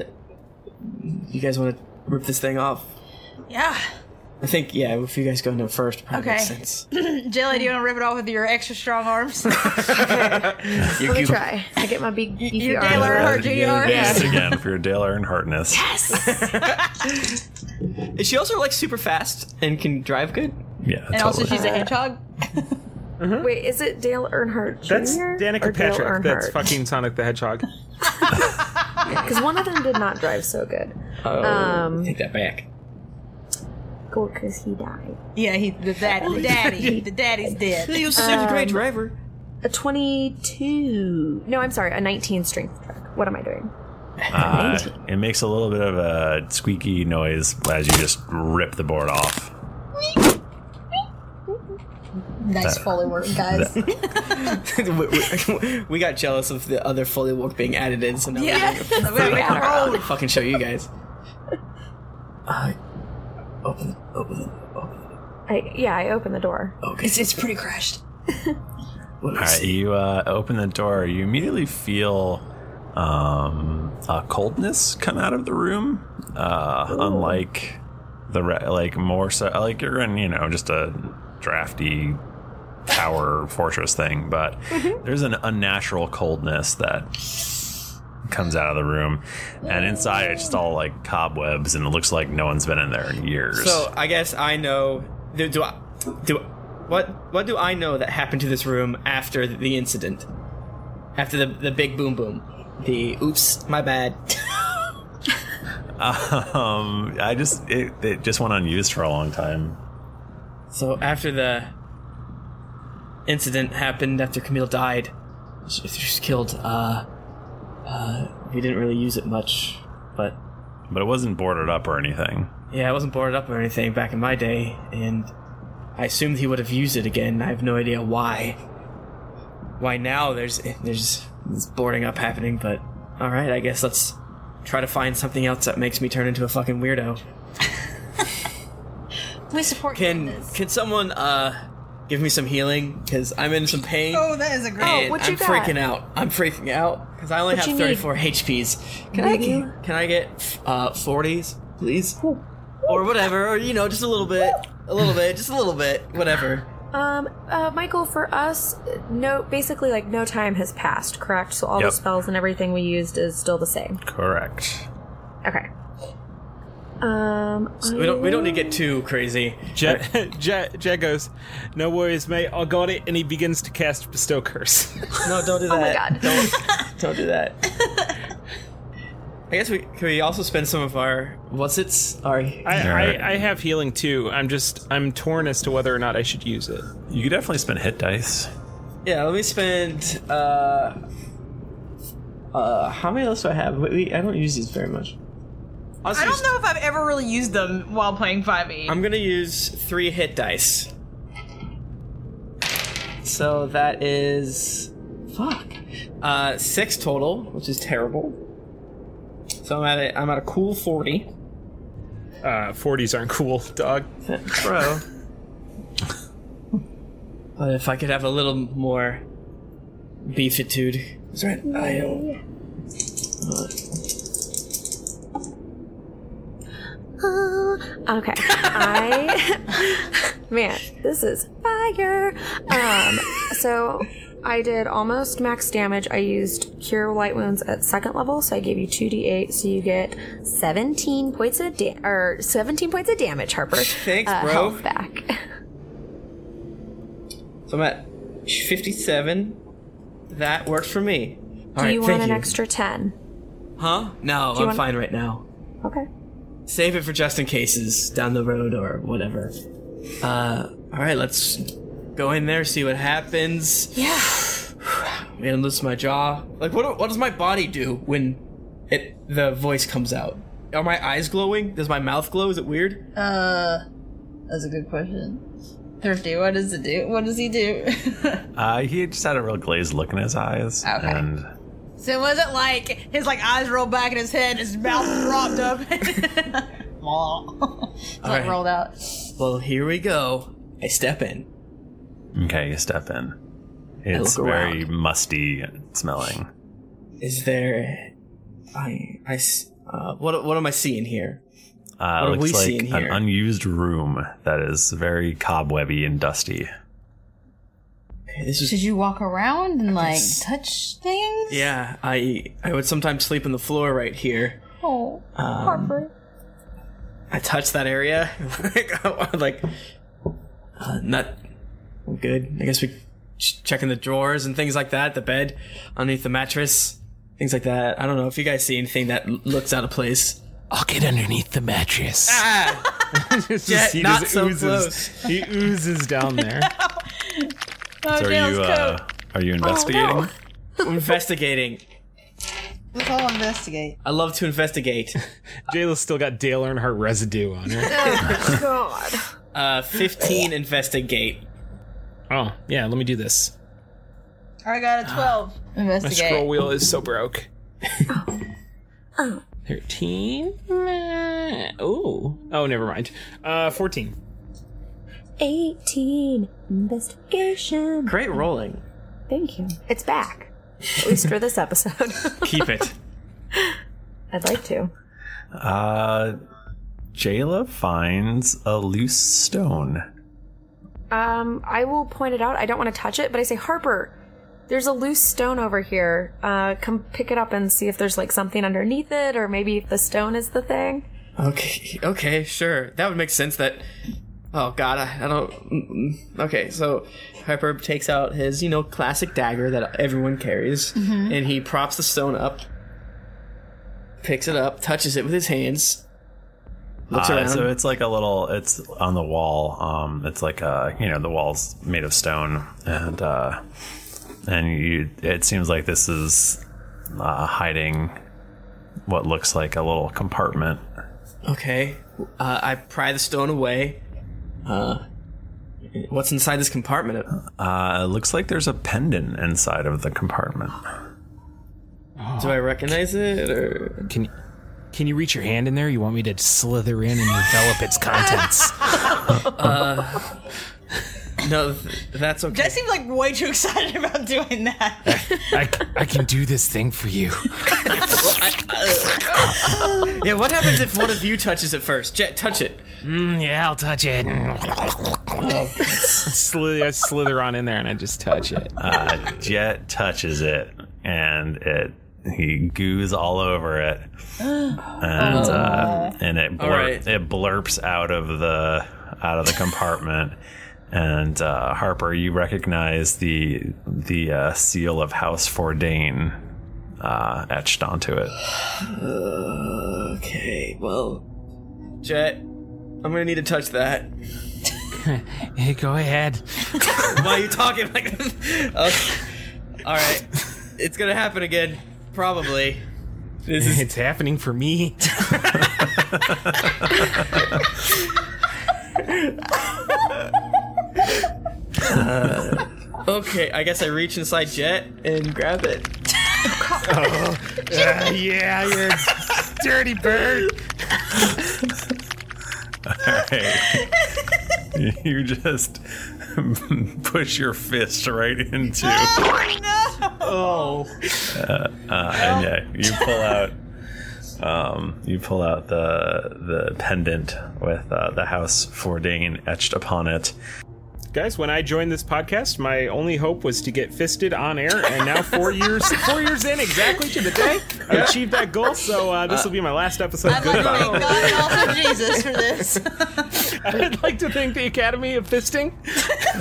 Speaker 9: you guys want to rip this thing off?
Speaker 8: Yeah.
Speaker 9: I think yeah. If you guys go into it first, probably
Speaker 8: Okay.
Speaker 9: makes sense.
Speaker 8: <clears throat> Jelly, do you want to rip it off with your extra strong arms? <laughs>
Speaker 9: You
Speaker 6: Let me
Speaker 1: goop-
Speaker 6: try. I get my big beefy
Speaker 8: you're
Speaker 6: arms.
Speaker 8: Dale <laughs> Earnhardt
Speaker 1: You
Speaker 8: Jr.
Speaker 1: dance again for your Dale Earnhardtness.
Speaker 9: Is she also like super fast and can drive good?
Speaker 1: Yeah.
Speaker 8: And also, she's a
Speaker 9: <laughs>
Speaker 8: hedgehog.
Speaker 6: Wait, is it Dale Earnhardt Jr.?
Speaker 7: That's Danica
Speaker 6: or Dale
Speaker 7: Patrick. That's
Speaker 6: Earnhardt? <laughs>
Speaker 7: fucking Sonic the Hedgehog.
Speaker 6: Because one of them did not drive so good.
Speaker 7: Oh.
Speaker 6: um,
Speaker 9: take that back.
Speaker 6: cool, because he died.
Speaker 8: Yeah, he the daddy, the daddy, the daddy's dead.
Speaker 6: Um, A 22. No, I'm sorry, a 19 strength check. What am I doing?
Speaker 1: Uh, it makes a little bit of a squeaky noise as you just rip the board off.
Speaker 8: Nice
Speaker 9: Uh,
Speaker 1: That-
Speaker 8: foley work, guys.
Speaker 9: we, we- <laughs> we got jealous of the other Foley work being added in, so now
Speaker 8: Yeah. <laughs>
Speaker 9: we're
Speaker 8: We're
Speaker 9: like,
Speaker 8: making our
Speaker 9: <laughs> "I'll fucking show you guys. Uh, open, open, open.
Speaker 6: <laughs> I, yeah, I opened the door.
Speaker 9: Okay. It's, it's pretty crashed. All
Speaker 1: right, you uh, open the door. You immediately feel um, a coldness come out of the room, uh, unlike the re- like more so like you're in you know just a drafty tower fortress thing, but there's an unnatural coldness that comes out of the room, and inside it's just all like cobwebs, and it looks like no one's been in there in years.
Speaker 9: So I guess I know. Do, do I? Do what? What do I know that happened to this room after the incident? After the the big boom boom, the oops, my bad.
Speaker 1: <laughs>
Speaker 9: <laughs>
Speaker 1: Um, I just it, it just went unused for a long time.
Speaker 9: So after the incident happened, after Camille died, she, she was killed. Uh, uh, we didn't really use it much, but
Speaker 1: but it wasn't boarded up or anything.
Speaker 9: yeah, it wasn't boarded up or anything back in my day, and I assumed he would have used it again. I have no idea why. Why now? There's there's this boarding up happening, but all right, I guess let's try to find something else that makes me turn into a fucking weirdo.
Speaker 8: <laughs> We support
Speaker 9: Can can someone uh give me some healing? Because I'm in some pain.
Speaker 8: Oh, that is a great.
Speaker 9: and I'm freaking out. I'm freaking out because I only
Speaker 8: What
Speaker 9: have
Speaker 8: you need?
Speaker 9: 34 HPs. Can I
Speaker 8: Do you?
Speaker 9: get, can I get uh 40s, please, or whatever, or you know, just a little bit, a little bit, just a little bit, whatever.
Speaker 6: Um, uh, Michael, for us, no, basically, like, no time has passed, correct? So all
Speaker 1: Yep.
Speaker 6: the spells and everything we used is still the same.
Speaker 1: Correct.
Speaker 6: Okay. Um,
Speaker 9: So we don't we don't need to get too crazy.
Speaker 7: <laughs> Jet, Jet, Jet goes, "No worries, mate. I got it." And he begins to cast bestow curse.
Speaker 9: No, don't do that. Oh my god! Don't don't do that. I guess we can we also spend some of our what's it? Sorry,
Speaker 7: I, I, I have healing too. I'm just I'm torn as to whether or not I should use it.
Speaker 1: You could definitely spend hit dice.
Speaker 9: Yeah, let me spend. Uh, uh, how many else do I have? Wait, wait, I don't use these very much.
Speaker 8: I don't know if I've ever really used them while playing E. 5e.
Speaker 9: I'm gonna use three hit dice. So that is fuck. Uh, six total, which is terrible. So I'm at a, I'm at a cool forty.
Speaker 7: Uh, 40s aren't cool, <laughs> dog.
Speaker 9: Bro. But if I could have a little more beefitude. That's right. I don't.
Speaker 6: Uh, okay. I <laughs> man, this is fire. Um, so I did almost max damage. I used cure light wounds at second level, so I gave you two d8, so you get seventeen points of da- or seventeen points of damage, Harper.
Speaker 9: Thanks,
Speaker 6: Uh,
Speaker 9: bro.
Speaker 6: health back.
Speaker 9: So I'm at 57. That works for me.
Speaker 6: Do
Speaker 9: Alright,
Speaker 6: you want
Speaker 9: thank
Speaker 6: an extra ten?
Speaker 9: Huh? No,
Speaker 6: Do you
Speaker 9: I'm
Speaker 6: want-
Speaker 9: fine right now.
Speaker 6: Okay.
Speaker 9: Save it for just in cases down the road or whatever. Uh, all right, let's go in there, see what happens. <sighs>
Speaker 6: Yeah.
Speaker 9: I'm gonna lose my jaw. Like, what? What does my body do when it the voice comes out? Are my eyes glowing? Does my mouth glow? Is it weird?
Speaker 8: Uh, that's a good question. Thrifty, what does it do? What does he <laughs> do?
Speaker 1: Uh, he just had a real glazed look in his eyes,
Speaker 8: Okay.
Speaker 1: and
Speaker 8: so was it like his like eyes rolled back in his head, his mouth dropped up,
Speaker 6: <laughs>
Speaker 8: It's, like
Speaker 9: Alright.
Speaker 8: rolled out?
Speaker 9: Well, here we go. I step in.
Speaker 1: okay, you step in.
Speaker 9: I
Speaker 1: It's
Speaker 9: look
Speaker 1: very musty smelling.
Speaker 9: Is there? I I s- uh, what what am I seeing here?
Speaker 1: Uh,
Speaker 9: What are
Speaker 1: looks
Speaker 9: we
Speaker 1: like
Speaker 9: seeing here?
Speaker 1: an unused room that is very cobwebby and dusty.
Speaker 9: Should
Speaker 8: you walk around and like touch things?
Speaker 9: Yeah, I I would sometimes sleep on the floor right here.
Speaker 8: Oh,
Speaker 9: Um,
Speaker 8: Harper.
Speaker 9: I touch that area, <laughs> like, I'm like, uh, not I'm good. I guess we ch- check in the drawers and things like that. The bed, underneath the mattress, things like that. I don't know if you guys see anything that l- looks out of place. Ah! I'll get underneath the mattress.
Speaker 1: <laughs>
Speaker 9: Jet,
Speaker 7: He
Speaker 9: not
Speaker 7: just
Speaker 9: so
Speaker 7: oozes.
Speaker 9: close.
Speaker 7: He oozes down there.
Speaker 1: So are you uh, are
Speaker 9: Oh,
Speaker 1: you investigating?
Speaker 9: I'm investigating.
Speaker 8: Let's all investigate.
Speaker 9: I love to investigate.
Speaker 7: <laughs> Jayla's still got Dale Earnhardt residue on her.
Speaker 8: God.
Speaker 9: Uh, 15 investigate.
Speaker 7: <laughs> Oh, yeah, let me do this.
Speaker 8: I got a 12.
Speaker 7: My
Speaker 8: investigate. <laughs>
Speaker 7: scroll wheel is so broke. 13? Oh. Oh, never mind. Uh, 14.
Speaker 6: 18 investigation.
Speaker 9: Great rolling.
Speaker 6: Thank you. It's back. At least for this episode. <laughs>
Speaker 9: Keep it.
Speaker 6: I'd like to.
Speaker 1: <laughs> Uh, Jayla finds a loose stone.
Speaker 6: Um, I will point it out. I don't want to touch it, but I say, Harper, there's a loose stone over here. Uh, come pick it up and see if there's like something underneath it, or maybe if the stone is
Speaker 8: <laughs>
Speaker 6: the thing.
Speaker 9: Okay, okay, sure. That would make sense that. Oh god, I, I don't. mm, mm. Okay, so Hyper takes out his, you know, classic dagger that everyone carries,
Speaker 8: Mhm.
Speaker 9: and he props the stone up, picks it up, touches it with his hands, looks
Speaker 7: Ah,
Speaker 1: Uh,
Speaker 9: around.
Speaker 1: So it's like a little. It's on the wall. Um, it's like a you know the wall's made of stone, and uh, and you. It seems like this is uh, hiding what looks like a little compartment.
Speaker 9: okay, uh, I pry the stone away. <laughs> Uh, what's inside this compartment?
Speaker 1: Uh, it looks like there's a pendant inside of the compartment.
Speaker 9: Do I recognize it? Or
Speaker 7: can can you reach your hand in there? You want me to slither in and envelop its contents?
Speaker 9: uh, no, th- that's
Speaker 8: <laughs>
Speaker 9: okay.
Speaker 8: Jess seems like way too excited about doing that.
Speaker 7: I, I can do this thing for you.
Speaker 9: yeah, what happens if one of you touches it first? Jet, touch it.
Speaker 7: Mm, yeah, I'll touch <laughs> it. slither, I slither on in there and I just touch it.
Speaker 1: Uh, Jet touches it, and it he goos all over it, and uh, and it
Speaker 9: All
Speaker 1: blur- it blurps out of the out of the compartment. And uh, Harper, you recognize the the uh, seal of House Fordane uh, etched onto it. <laughs>
Speaker 9: Okay, well, Jet, I'm gonna need to touch that. <laughs>
Speaker 7: <laughs> Hey, go ahead.
Speaker 9: Why are you talking like this? Okay. All right, it's gonna happen again, <laughs> probably. This is
Speaker 7: it's happening for <laughs> me.
Speaker 9: Uh, okay, I guess I reach inside Jet and grab it.
Speaker 7: <laughs> Oh, uh, yeah, you're a dirty bird.
Speaker 1: Alright. you just <laughs> push your fist right into.
Speaker 9: Oh.
Speaker 1: Uh, uh, and yeah, you pull out. Um, you pull out the the pendant with uh, the house Fordane etched upon it.
Speaker 7: Guys, when I joined this podcast, my only hope was to get fisted on air, and now four years, four years in exactly to the day, I achieved that goal. So uh, this will be my last episode. of Goodbye.
Speaker 8: also Jesus for this.
Speaker 7: I'd like to thank the Academy of Fisting.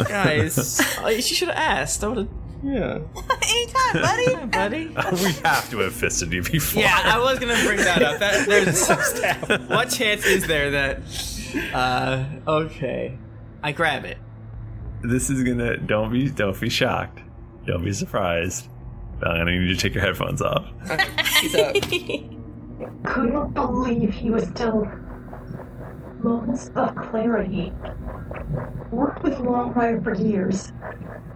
Speaker 9: Guys, oh, you should have asked. I would have.
Speaker 8: <laughs>
Speaker 9: Yeah.
Speaker 8: Anytime, buddy.
Speaker 9: buddy.
Speaker 1: <laughs> we have to have fisted you before.
Speaker 9: Yeah, I was gonna bring that up. That, <laughs> there's what chance is there that? Uh, okay, I grab it.
Speaker 1: This is gonna. Don't be. Don't be shocked. Don't be surprised. I'm gonna need you to take your headphones off.
Speaker 11: <laughs> Couldn't believe he was still. Moments of clarity. Worked with Longfire for years.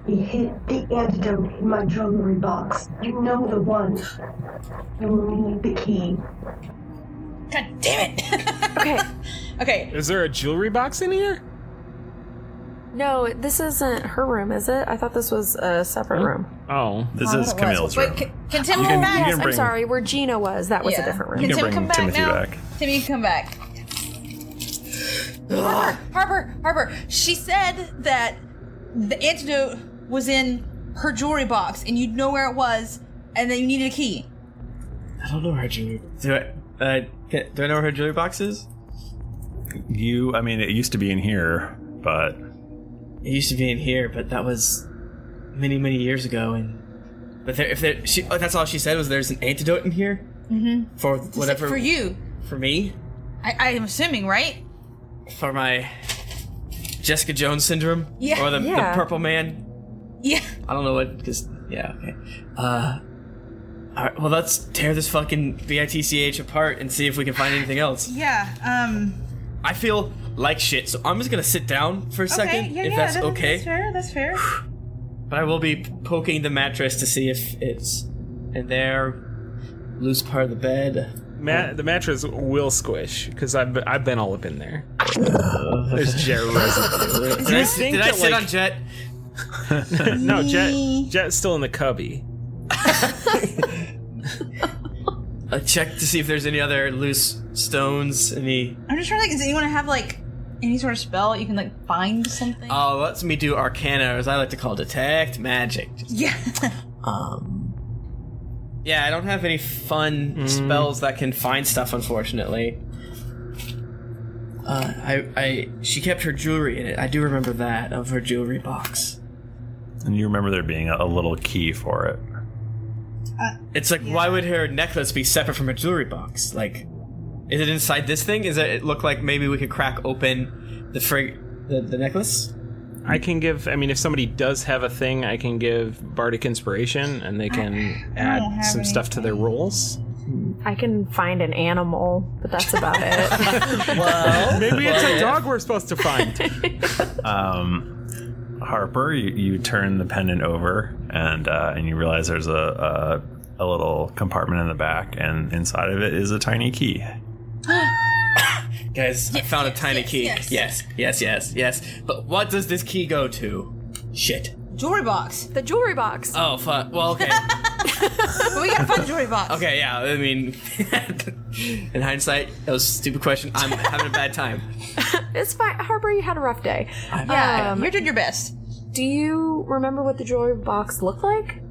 Speaker 11: He hid the antidote in my jewelry box. You know the one. I will need the key.
Speaker 8: God damn it.
Speaker 6: Okay.
Speaker 8: okay.
Speaker 7: <laughs> Is there a jewelry box in here?
Speaker 6: No, this isn't her room, is it? I thought this was a separate room.
Speaker 7: Oh,
Speaker 1: Hmm? this is Camille's room.
Speaker 8: Can
Speaker 1: Tim You come can- back? you can
Speaker 6: Yes, I'm
Speaker 1: bring-
Speaker 6: sorry. Where Gina was, that was a different room.
Speaker 8: Can Tim come back now? Timmy, come back. Harper, Harper, Harper. She said that the antidote was in her jewelry box, and you'd know where it was, and that you needed a key.
Speaker 9: I don't know her jewelry. Do I? Uh, can, do I know where her jewelry box is?
Speaker 1: You, I mean, it used to be in here, but
Speaker 9: It used to be in here, but that was many, many years ago. And but there, if there, she, oh, that's all she said was there's an antidote in here
Speaker 8: Mm-hmm.
Speaker 9: for whatever.
Speaker 8: For you,
Speaker 9: For me.
Speaker 8: I, I am assuming, right?
Speaker 9: For my Jessica Jones syndrome.
Speaker 8: Yeah.
Speaker 9: Or the,
Speaker 8: Yeah.
Speaker 9: the purple man.
Speaker 8: Yeah.
Speaker 9: I don't know what because yeah okay. Uh, all right. Well, let's tear this fucking bitch apart and see if we can find anything else.
Speaker 8: Yeah. Um.
Speaker 9: I feel like shit, so I'm just gonna sit down for a second if that's okay.
Speaker 8: That's fair. That's fair.
Speaker 9: But I will be poking the mattress to see if it's in there. Loose part of the bed.
Speaker 7: Ma- the mattress will squish because I've I've been all up
Speaker 1: <laughs>
Speaker 7: in there. There's jet
Speaker 9: <laughs>
Speaker 7: residue.
Speaker 9: Did
Speaker 7: Do
Speaker 9: I-
Speaker 7: you think
Speaker 9: did I
Speaker 7: that,
Speaker 9: sit
Speaker 7: like-
Speaker 9: on Jet?
Speaker 7: <laughs> no, Jet. Jet's still in
Speaker 9: <laughs>
Speaker 7: the cubby.
Speaker 9: I check to see if there's any other loose stones. Any?
Speaker 8: I'm just trying to think. Does anyone have like any sort of spell you can like find something?
Speaker 9: Oh, let me do Arcana, or as I like to call, detect magic. Just,
Speaker 8: Yeah.
Speaker 9: um. Yeah, I don't have any fun
Speaker 7: Mm.
Speaker 9: spells that can find stuff, unfortunately. Uh, I, I, she kept her jewelry in it. I do remember that of her jewelry box.
Speaker 1: and you remember there being a, a little key for it.
Speaker 8: Uh,
Speaker 9: It's like, why would her necklace be separate from her jewelry box? Like, is it inside this thing? Is it, it look like maybe we could crack open the frig, the, the necklace?
Speaker 7: I can give. I mean, if somebody does have a thing, I can give bardic inspiration, and they can add
Speaker 6: have
Speaker 7: some stuff to their rolls.
Speaker 6: I can find an animal, but that's about it.
Speaker 1: <laughs>
Speaker 7: <laughs> Maybe it's
Speaker 6: well,
Speaker 7: a
Speaker 6: yeah.
Speaker 7: dog we're supposed to find.
Speaker 1: Um, Harper, you, you turn the pendant over, and uh, and you realize there's a, a a little compartment in the back, and inside of it is a tiny key.
Speaker 9: Guys, I found a tiny key.
Speaker 8: yes.
Speaker 9: Yes. yes, yes, yes, But what does this key go to? Shit.
Speaker 8: jewelry box.
Speaker 6: The jewelry box.
Speaker 9: Oh, fuck. Well,
Speaker 8: <laughs>
Speaker 9: okay.
Speaker 8: we gotta find the jewelry box.
Speaker 9: Okay, yeah, I mean, <laughs> in hindsight, that was a stupid question. I'm having a bad time.
Speaker 6: it's fine. Harper, you had a rough day. Um,
Speaker 9: Yeah, you
Speaker 8: did your best.
Speaker 6: Do you remember what the jewelry box looked like?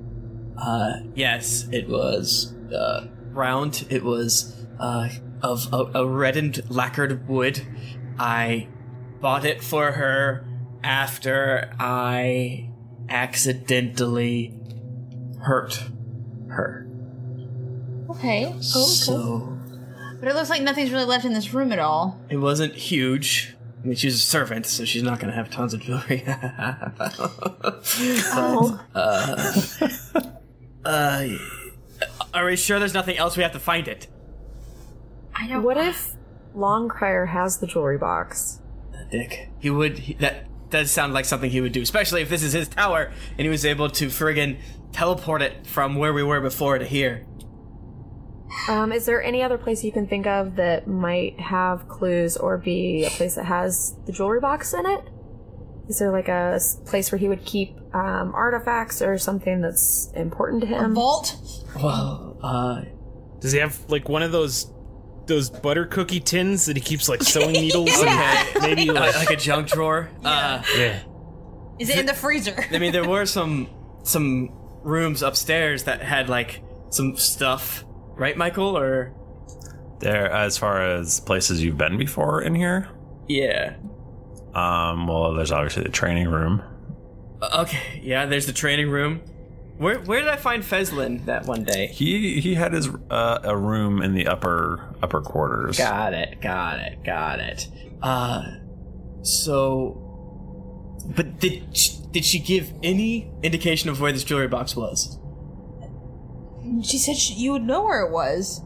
Speaker 9: Uh, yes, it was uh, round. It was uh, of a, a reddened lacquered wood. I bought it for her after I accidentally hurt her.
Speaker 8: Okay. Oh, okay.
Speaker 9: So
Speaker 8: But it looks like nothing's really left in this room at all.
Speaker 9: it wasn't huge. I mean, she's a servant, so she's not gonna have tons of jewelry. <laughs>
Speaker 8: Oh.
Speaker 9: Uh, <laughs> uh, are we sure there's nothing else? We have to find it.
Speaker 6: I know. What if Longcrier has the jewelry box?
Speaker 9: Dick. He would. He, that does sound like something he would do, especially if this is his tower and he was able to friggin' teleport it from where we were before to here.
Speaker 6: Um, is there any other place you can think of that might have clues or be a place that has the jewelry box in it? Is there like a s- place where he would keep um, artifacts or something that's important to him?
Speaker 8: vault?
Speaker 9: <laughs> Well, uh,
Speaker 7: does he have like one of those those butter cookie tins that he keeps like sewing needles? and maybe
Speaker 9: <laughs>
Speaker 7: like,
Speaker 9: like a junk drawer. Uh,
Speaker 7: yeah.
Speaker 8: Is it in the freezer?
Speaker 9: I mean, there were some some rooms upstairs that had like some stuff, right, Michael? Or
Speaker 1: There, as far as places you've been before in here.
Speaker 9: yeah,
Speaker 1: Um, well, there's obviously the training room.
Speaker 9: Uh, okay, yeah. There's the training room. Where where did I find Feslin that one day?
Speaker 1: He he had his uh, a room in the upper upper quarters.
Speaker 9: Got it. Got it. Got it. Uh, so, but did she, did she give any indication of where this jewelry box was?
Speaker 8: <laughs> She said she, you would know where it was.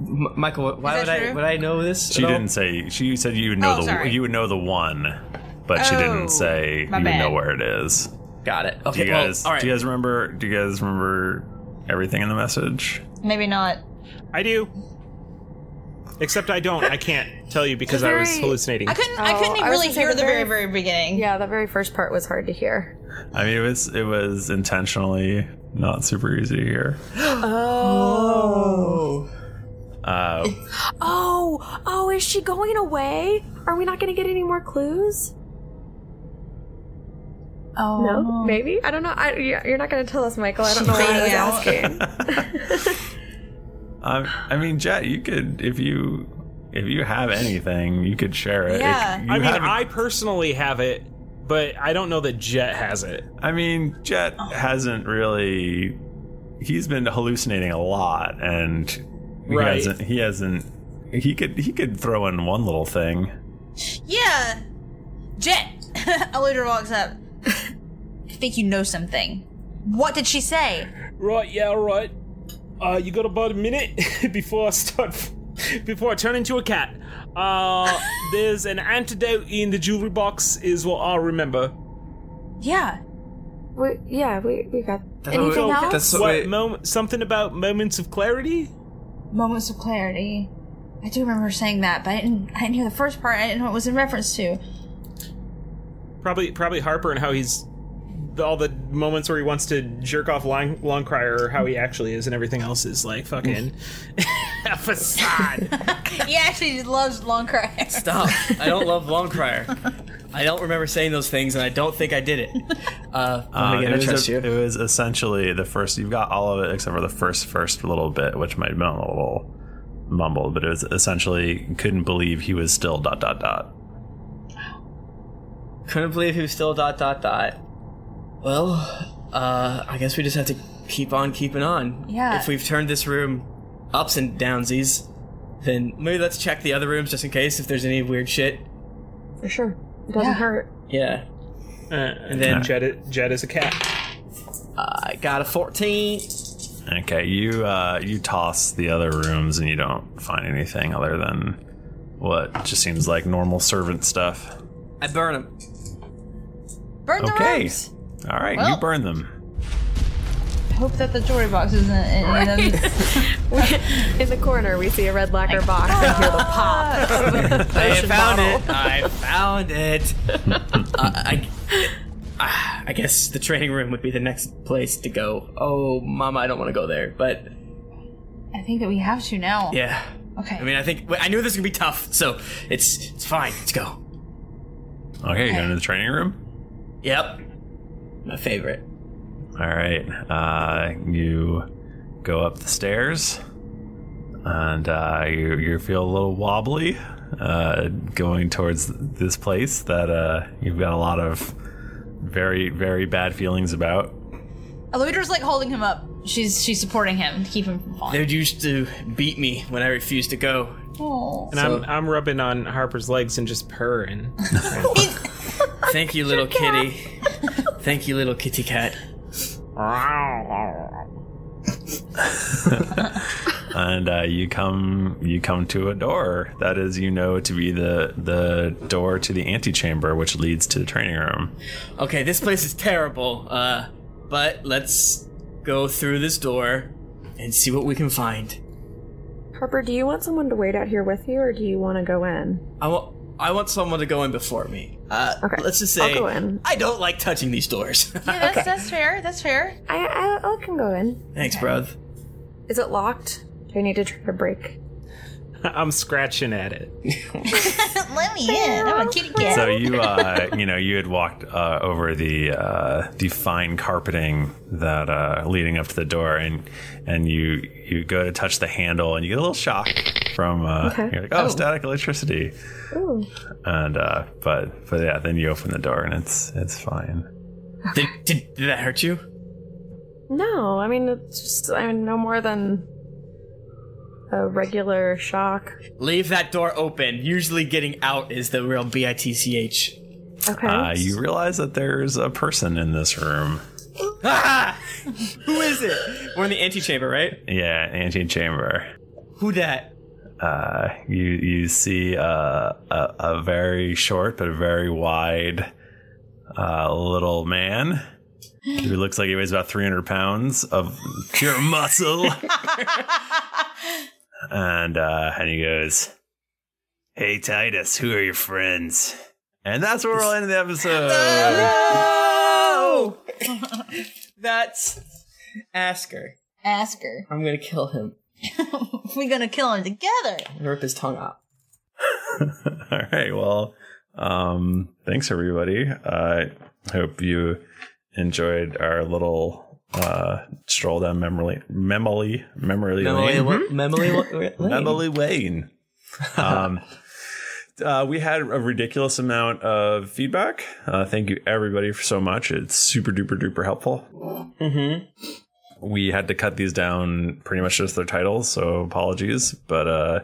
Speaker 9: M- Michael, wh- why
Speaker 8: Is
Speaker 9: would
Speaker 8: that
Speaker 9: I
Speaker 8: true?
Speaker 9: would I know this?
Speaker 1: She
Speaker 9: at all?
Speaker 1: didn't say. She said you would know
Speaker 9: Oh,
Speaker 1: the
Speaker 9: sorry.
Speaker 1: you would know the one, but she
Speaker 9: Oh,
Speaker 1: didn't say you
Speaker 9: my
Speaker 1: would
Speaker 9: bad.
Speaker 1: know where it is.
Speaker 9: Got it.
Speaker 1: do
Speaker 9: Okay,
Speaker 1: you
Speaker 9: well,
Speaker 1: guys,
Speaker 9: all right.
Speaker 1: Do you guys remember? Do you guys remember everything in the message?
Speaker 8: Maybe not.
Speaker 7: I do. Except I don't. I can't tell you because I was hallucinating.
Speaker 8: I couldn't even
Speaker 6: Oh, was
Speaker 8: really
Speaker 6: gonna say
Speaker 8: hear the very, very beginning.
Speaker 6: Yeah, the very first part was hard
Speaker 8: <gasps>
Speaker 6: to hear.
Speaker 1: I mean, it was it was intentionally not super easy here.
Speaker 6: oh.
Speaker 1: Uh,
Speaker 9: <laughs>
Speaker 6: Oh, oh, is she going away? Are we not going to get any more clues?
Speaker 8: Oh.
Speaker 6: No, maybe I don't know. I, you- you're not going to tell us, Michael. I don't know why I was asking.
Speaker 1: I, I mean, Jet, you could if you if you have anything, you could share it. It- you
Speaker 7: I mean,
Speaker 1: haven't-
Speaker 7: I personally have it, but I don't know that Jet has it.
Speaker 1: I mean, Jet
Speaker 9: Oh.
Speaker 1: hasn't really. He's been hallucinating a lot, and he
Speaker 7: Right.
Speaker 1: hasn't. He hasn't. He could. He could throw in one little thing.
Speaker 8: Yeah. Jet. <laughs> Eludra walks up. I <laughs> think you know something. What did she say?
Speaker 7: Right, yeah, right. Uh, you got about a minute <laughs> before I start, before I turn into a cat.
Speaker 9: <laughs>
Speaker 7: Uh, there's an antidote in the jewelry box, is what I remember.
Speaker 8: <laughs> Yeah.
Speaker 6: We, yeah, we, we got
Speaker 7: That's
Speaker 6: anything
Speaker 7: what-
Speaker 6: else.
Speaker 7: that's what- what mom- something about moments of clarity?
Speaker 8: Moments of clarity. I do remember her saying that, but I didn't. I didn't hear the first part. I didn't know what it was in reference to.
Speaker 7: Probably, probably Harper and how he's the- all the moments where he wants to jerk off long, long crier, or how he actually is, and everything else is like fucking <laughs> a facade.
Speaker 8: <laughs> he actually just loves long cry.
Speaker 1: <laughs>
Speaker 9: Stop. I don't love Longcrier. I don't remember saying those things, and I don't think I did it. Uh, <laughs> I'm
Speaker 1: Uh,
Speaker 9: gonna
Speaker 1: it, was
Speaker 9: trust
Speaker 1: a-
Speaker 9: you.
Speaker 1: it was essentially the first. You've got all of it except for the first first little bit, which might have been a little mumbled, but it was essentially couldn't believe he was still dot dot dot.
Speaker 9: Couldn't believe he was still dot dot dot. Well, uh, I guess we just have to keep on keeping on.
Speaker 8: Yeah.
Speaker 9: If we've turned this room ups and downsies, then maybe let's check the other rooms just in case if there's any weird shit.
Speaker 6: For sure, it doesn't hurt.
Speaker 9: Yeah.
Speaker 7: and
Speaker 9: then
Speaker 7: Jet, Jet is a cat.
Speaker 9: I got a fourteen.
Speaker 1: Okay, you uh, you toss the other rooms and you don't find anything other than what just seems like normal servant stuff.
Speaker 9: I burn him.
Speaker 8: Burn the
Speaker 1: okay.
Speaker 8: ropes.
Speaker 1: All right,
Speaker 8: Well-
Speaker 1: you burn them.
Speaker 8: Hope that the jewelry box isn't in any of them. <laughs>
Speaker 6: In the corner, we see a red lacquer box and hear the pop.
Speaker 9: I found it. I found it. uh, I, ah, I guess the training room would be the next place to go. Oh, mama, I don't want to go there. But
Speaker 8: I think that we have to
Speaker 6: Oh.
Speaker 8: now.
Speaker 9: yeah,
Speaker 8: Okay.
Speaker 9: I mean, I think I knew this was gonna be tough, so it's it's fine. Let's go.
Speaker 1: Okay, you go into the training room.
Speaker 9: Yep, my favorite.
Speaker 1: All right, uh, you go up the stairs, and uh, you you feel a little wobbly uh, going towards this place that uh, you've got a lot of very very bad feelings about. <laughs>
Speaker 8: Eludra's like holding him up. She's she's supporting him to keep him from falling.
Speaker 9: They used to beat me when I refused to go.
Speaker 8: Oh.
Speaker 7: And I'm, I'm rubbing on Harper's legs and just purring.
Speaker 9: <laughs> Thank you, little kitty. Thank you, little kitty cat.
Speaker 1: and uh, you come you come to a door that is you know to be the the door to the antechamber which leads to the training room
Speaker 9: Okay, this place is terrible. Uh, but let's go through this door and see what we can find.
Speaker 6: Harper, do you want someone to wait out here with you, or do you want to go in?
Speaker 9: I want I want someone to go in before me. Uh, okay. Let's just say
Speaker 6: I'll go in.
Speaker 9: I don't like touching these doors. <laughs>
Speaker 8: Yeah, that's that's fair. That's fair.
Speaker 6: I, I I can go in.
Speaker 9: Thanks, bro.
Speaker 6: Is it locked? Do I need to try to break?
Speaker 7: <laughs> I'm scratching at it.
Speaker 8: <laughs> Let me in. I'm a kitty cat.
Speaker 1: so you uh you know you had walked uh, over the uh the fine carpeting that uh leading up to the door and and you you go to touch the handle and you get a little shock from uh
Speaker 6: Okay.
Speaker 1: you're like oh,
Speaker 6: Oh.
Speaker 1: static electricity
Speaker 6: Ooh.
Speaker 1: and uh but but yeah then you open the door and it's it's fine
Speaker 9: did, did, did that hurt you
Speaker 6: No, I mean it's just I mean, no more than a regular shock.
Speaker 9: Leave that door open. Usually, getting out is the real bitch.
Speaker 6: Okay.
Speaker 1: Uh, you realize that there's a person in this room.
Speaker 9: Ah! <laughs> Who is it? We're in the antechamber,
Speaker 1: <laughs>
Speaker 9: right?
Speaker 1: Yeah, antechamber.
Speaker 9: Who that?
Speaker 1: Uh, you you see uh, a a very short but a very wide uh, little man
Speaker 9: <gasps>
Speaker 1: who looks like he weighs about 300 pounds of
Speaker 9: <laughs>
Speaker 1: pure muscle, and uh, and he goes, "Hey Titus, who are your friends?" And that's where we'll end the episode.
Speaker 9: Oh! That's Asker.
Speaker 8: Asker. <laughs>
Speaker 9: I'm gonna kill him.
Speaker 8: We're gonna kill him together.
Speaker 9: Rip his tongue out.
Speaker 1: <laughs> All right. Well, um, thanks everybody. I hope you enjoyed our little uh, stroll down memory memory memory
Speaker 9: Memory
Speaker 1: lane. <laughs>
Speaker 9: wa- memory wa- lane.
Speaker 1: memory lane. Um, <laughs> uh, we had a ridiculous amount of feedback. Uh, thank you everybody for so much. It's super duper duper helpful
Speaker 9: Mm-hmm.
Speaker 1: we had to cut these down pretty much just their titles, so apologies. But uh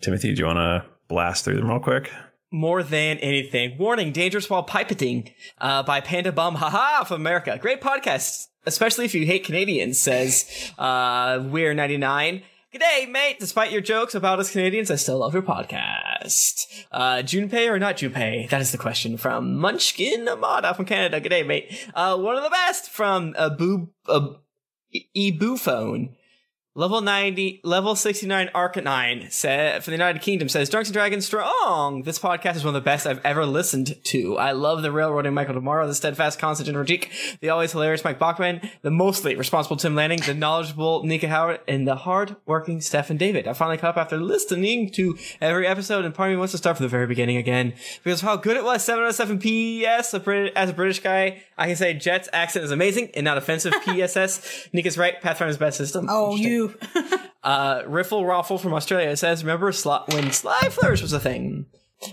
Speaker 1: Timothy, do you want to blast through them real quick?
Speaker 9: More than anything. Warning, dangerous while pipetting uh, by Panda Bum. Haha, from America. Great podcast, especially if you hate Canadians, says uh, We're 99. G'day, mate. Despite your jokes about us Canadians, I still love your podcast. Uh, Junpei or not Junpei? That is the question from Munchkin Amada from Canada. G'day, mate. Uh, one of the best from Abu, Ab- Ebu Phone. Level 90, level 69 Arcanine sa from the United Kingdom says, Drunks and Dragons strong. This podcast is one of the best I've ever listened to. I love the railroading Michael Tomorrow, the steadfast, constant and Rajic, the always hilarious Mike Bachman, the mostly responsible Tim Lanning, the knowledgeable Nika Howard, and the hard-working Stefan David. I finally caught up after listening to every episode, and part of me wants to start from the very beginning again because of how good it was. oh 7 out of 7 PS. A Brit- As a British guy, I can say Jet's accent is amazing and not <laughs> offensive. PSS. Nika's right. Pathfinder's best system. Oh, you. <laughs> uh, Riffle Raffle from Australia says, remember Sly- when Sly Flourish was a thing?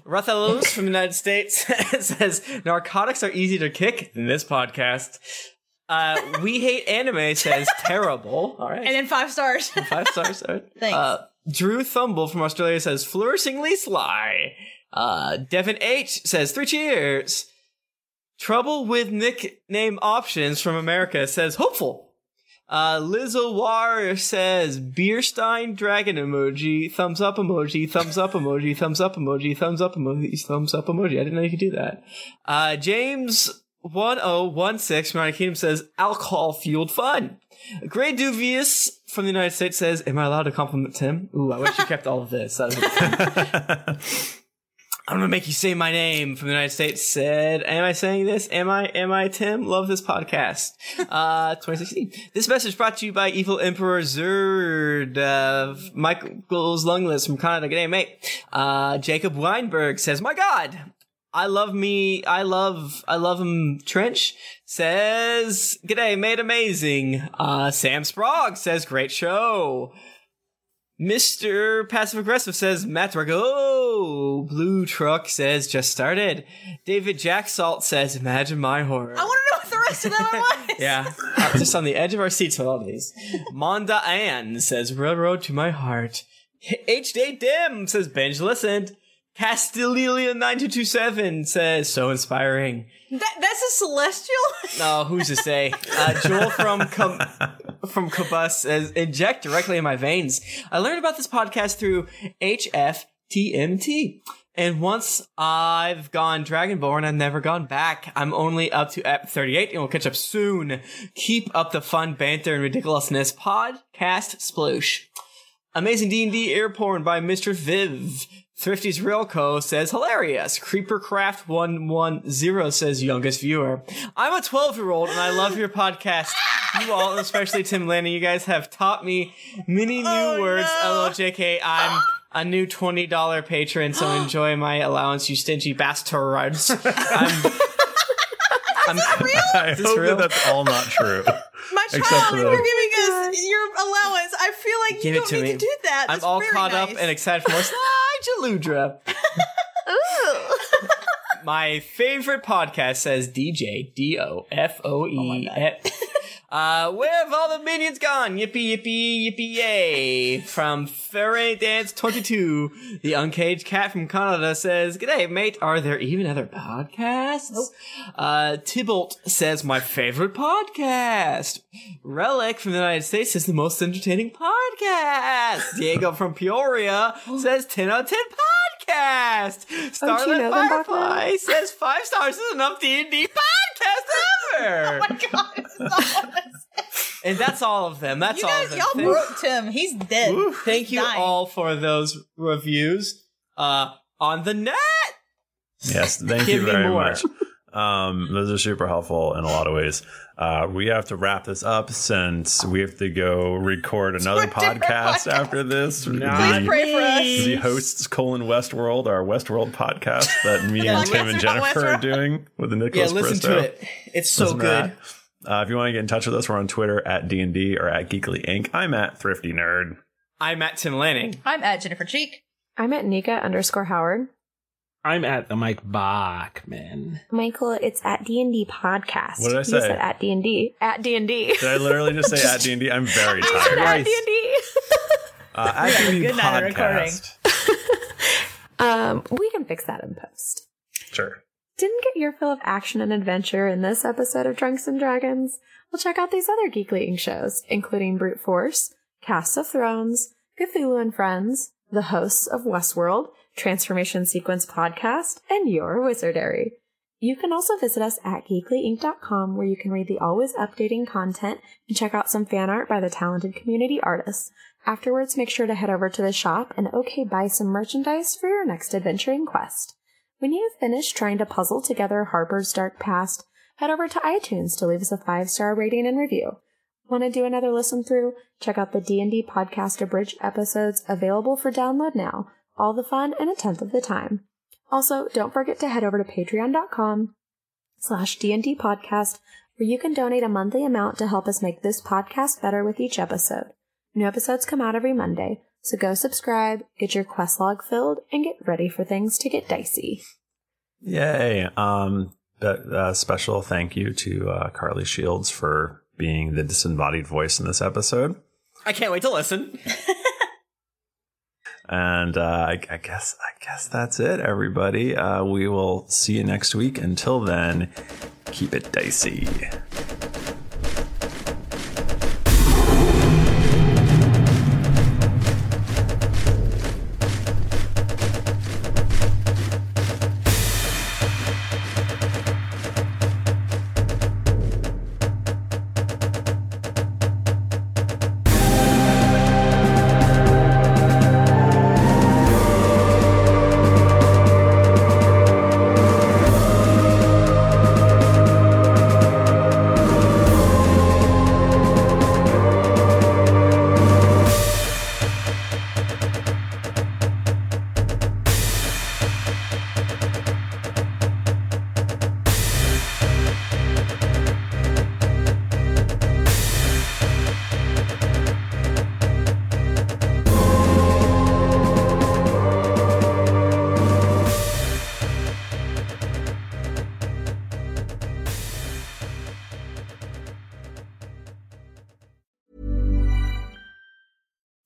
Speaker 9: Rathalos from the United States <laughs> says, narcotics are easy to kick in this podcast. Uh, we hate anime says terrible. All right.
Speaker 8: And then five stars.
Speaker 9: Five stars. all right.
Speaker 8: <laughs> Thanks.
Speaker 9: Uh, Drew Thumble from Australia says, flourishingly sly. Uh, Devin H says, three cheers. Trouble with nickname options from America says, hopeful. Uh, Lizzo Warrior says, Beerstein dragon emoji, thumbs up emoji, thumbs up emoji, thumbs up emoji, thumbs up emoji, thumbs up emoji. I didn't know you could do that. Uh, James. 1016 from United Kingdom says alcohol fueled fun. Gray Duvius from the United States says, Am I allowed to compliment Tim? Ooh, I wish you kept all of this. That was- I'm gonna make you say my name from the United States. Said, am I saying this? Am I? Am I Tim? Love this podcast. Uh, 2016. This message brought to you by Evil Emperor Zerd of Michael's Lungless from Canada. G'day, mate. Uh, Jacob Weinberg says, "My God, I love me. I love. I love him." Trench says, "G'day, mate. Amazing." Uh, Sam Sprague says, "Great show." Mr. Passive Aggressive says, Matt Rago. Blue Truck says, just started. David Jack Salt says, imagine my horror.
Speaker 8: I want to know what the rest of that one was.
Speaker 9: Yeah. Uh, just on the edge of our seats with all these. Monda Ann says, Railroad to my heart. H. Day Dim says, Binge listened. Castilelia9227 says, so inspiring.
Speaker 8: That, that's a
Speaker 9: <laughs>
Speaker 8: celestial. <laughs>
Speaker 9: No, who's to say? Uh, Joel from Com- from Cabus says, inject directly in my veins. I learned about this podcast through HFTMT. And once I've gone Dragonborn, I've never gone back. I'm only up to ep 38 and we'll catch up soon. Keep up the fun banter and ridiculousness. Podcast sploosh. Amazing D&D ear porn by Mr. Viv. Thrifty's Realco says hilarious. Creepercraft 110 says youngest viewer. I'm a 12 year old and I love your podcast. You all, and especially Tim Lanning, you guys have taught me many new
Speaker 8: Oh,
Speaker 9: words. LOJK, I'm a new $20
Speaker 8: <gasps>
Speaker 9: patron, so enjoy my allowance, you stingy bastards. <laughs> I'm, I'm,
Speaker 1: I
Speaker 9: Is this
Speaker 1: hope
Speaker 9: real?
Speaker 1: that that's all not true.
Speaker 8: My
Speaker 1: Except
Speaker 8: child,
Speaker 1: for
Speaker 8: you
Speaker 1: the-
Speaker 8: were giving us your allowance. I feel like
Speaker 9: Give
Speaker 8: you
Speaker 9: it
Speaker 8: don't
Speaker 9: to
Speaker 8: need
Speaker 9: me.
Speaker 8: to do that.
Speaker 9: I'm
Speaker 8: That's
Speaker 9: all
Speaker 8: very
Speaker 9: caught up
Speaker 8: nice.
Speaker 9: and
Speaker 8: <laughs>
Speaker 9: excited for more Sly Jaludra. My favorite podcast says DJ D O F O E. Uh, where have all the minions gone? Yippee yippee yippee yay! From Fairy Dance 22, the uncaged cat from Canada says, "G'day, mate. Are there even other podcasts?" Uh, Tybalt says, "My favorite podcast." Relic from the United States is the most entertaining podcast. Diego from Peoria says, "10 out of 10 podcast."
Speaker 7: Don't you
Speaker 9: Starlit
Speaker 7: know them,
Speaker 9: Firefly says five stars is enough D and D podcast ever. Oh my god! and that's all of them. That's
Speaker 8: You
Speaker 9: all
Speaker 8: guys,
Speaker 9: of them.
Speaker 8: y'all
Speaker 9: Thank-
Speaker 8: broke Tim. He's dead.
Speaker 9: Thank you all for those reviews. Uh, on the net.
Speaker 1: Yes, thank
Speaker 9: Give <laughs>
Speaker 1: you
Speaker 9: me
Speaker 1: very
Speaker 9: more.
Speaker 1: much. Um, those are super helpful in a lot of ways. Uh, we have to wrap this up since we have to go record another podcast after this.
Speaker 5: Not
Speaker 1: the,
Speaker 5: pray for us.
Speaker 1: The hosts colon Westworld, our Westworld podcast that
Speaker 9: <laughs>
Speaker 1: me and
Speaker 5: Podcast
Speaker 1: Tim and
Speaker 5: about
Speaker 1: Jennifer are doing with the Nicholas.
Speaker 9: listen to
Speaker 1: Bristow.
Speaker 9: it. It's so
Speaker 1: Listen to
Speaker 9: good.
Speaker 1: that. Uh, if you want to get in touch with us, we're on Twitter at D and D or at Geekly Inc. I'm at Thrifty Nerd.
Speaker 9: I'm at Tim Lanning.
Speaker 8: I'm at Jennifer Cheek.
Speaker 6: I'm at Nika underscore Howard.
Speaker 7: I'm at the Mike Bachman.
Speaker 6: Michael, it's at D and D podcast.
Speaker 1: What did I
Speaker 6: You
Speaker 1: say?
Speaker 6: said at D and D. At D and D.
Speaker 1: Did I literally just say at D and D?
Speaker 9: <laughs>
Speaker 1: I'm
Speaker 6: <laughs>
Speaker 1: very tired.
Speaker 6: At D and D.
Speaker 1: Uh,
Speaker 6: <laughs>
Speaker 1: at
Speaker 6: Yeah,
Speaker 1: D&D
Speaker 6: good night, I'm recording.
Speaker 1: podcast.
Speaker 6: <laughs> Um, we can fix that in post.
Speaker 1: Sure.
Speaker 6: Didn't get your fill of action and adventure in this episode of Drunks and Dragons? Well, check out these other Geekly Inc. shows, including Brute Force, Cast of Thrones, Cthulhu and Friends, the hosts of Westworld, Transformation Sequence Podcast, and Your Wizardary. You can also visit us at geeklyinc.com where you can read the always updating content and check out some fan art by the talented community artists. Afterwards, make sure to head over to the shop and okay buy some merchandise for your next adventuring quest. When you have finished trying to puzzle together Harper's dark past, head over to iTunes to leave us a five-star rating and review. Want to do another listen through? Check out the D&D podcast abridged episodes available for download now. All the fun and a tenth of the time. Also, don't forget to head over to patreon.com slash D&D podcast where you can donate a monthly amount to help us make this podcast better with each episode. New episodes come out every Monday, so go subscribe, get your quest log filled, and get ready for things to get dicey.
Speaker 1: Yay! Um, but uh, special thank you to uh, Carly Shields for being the disembodied voice in this episode,
Speaker 9: I can't wait to listen.
Speaker 1: and uh, I, I guess I guess that's it, everybody. Uh, we will see you next week. Until then, keep it dicey.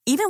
Speaker 10: Even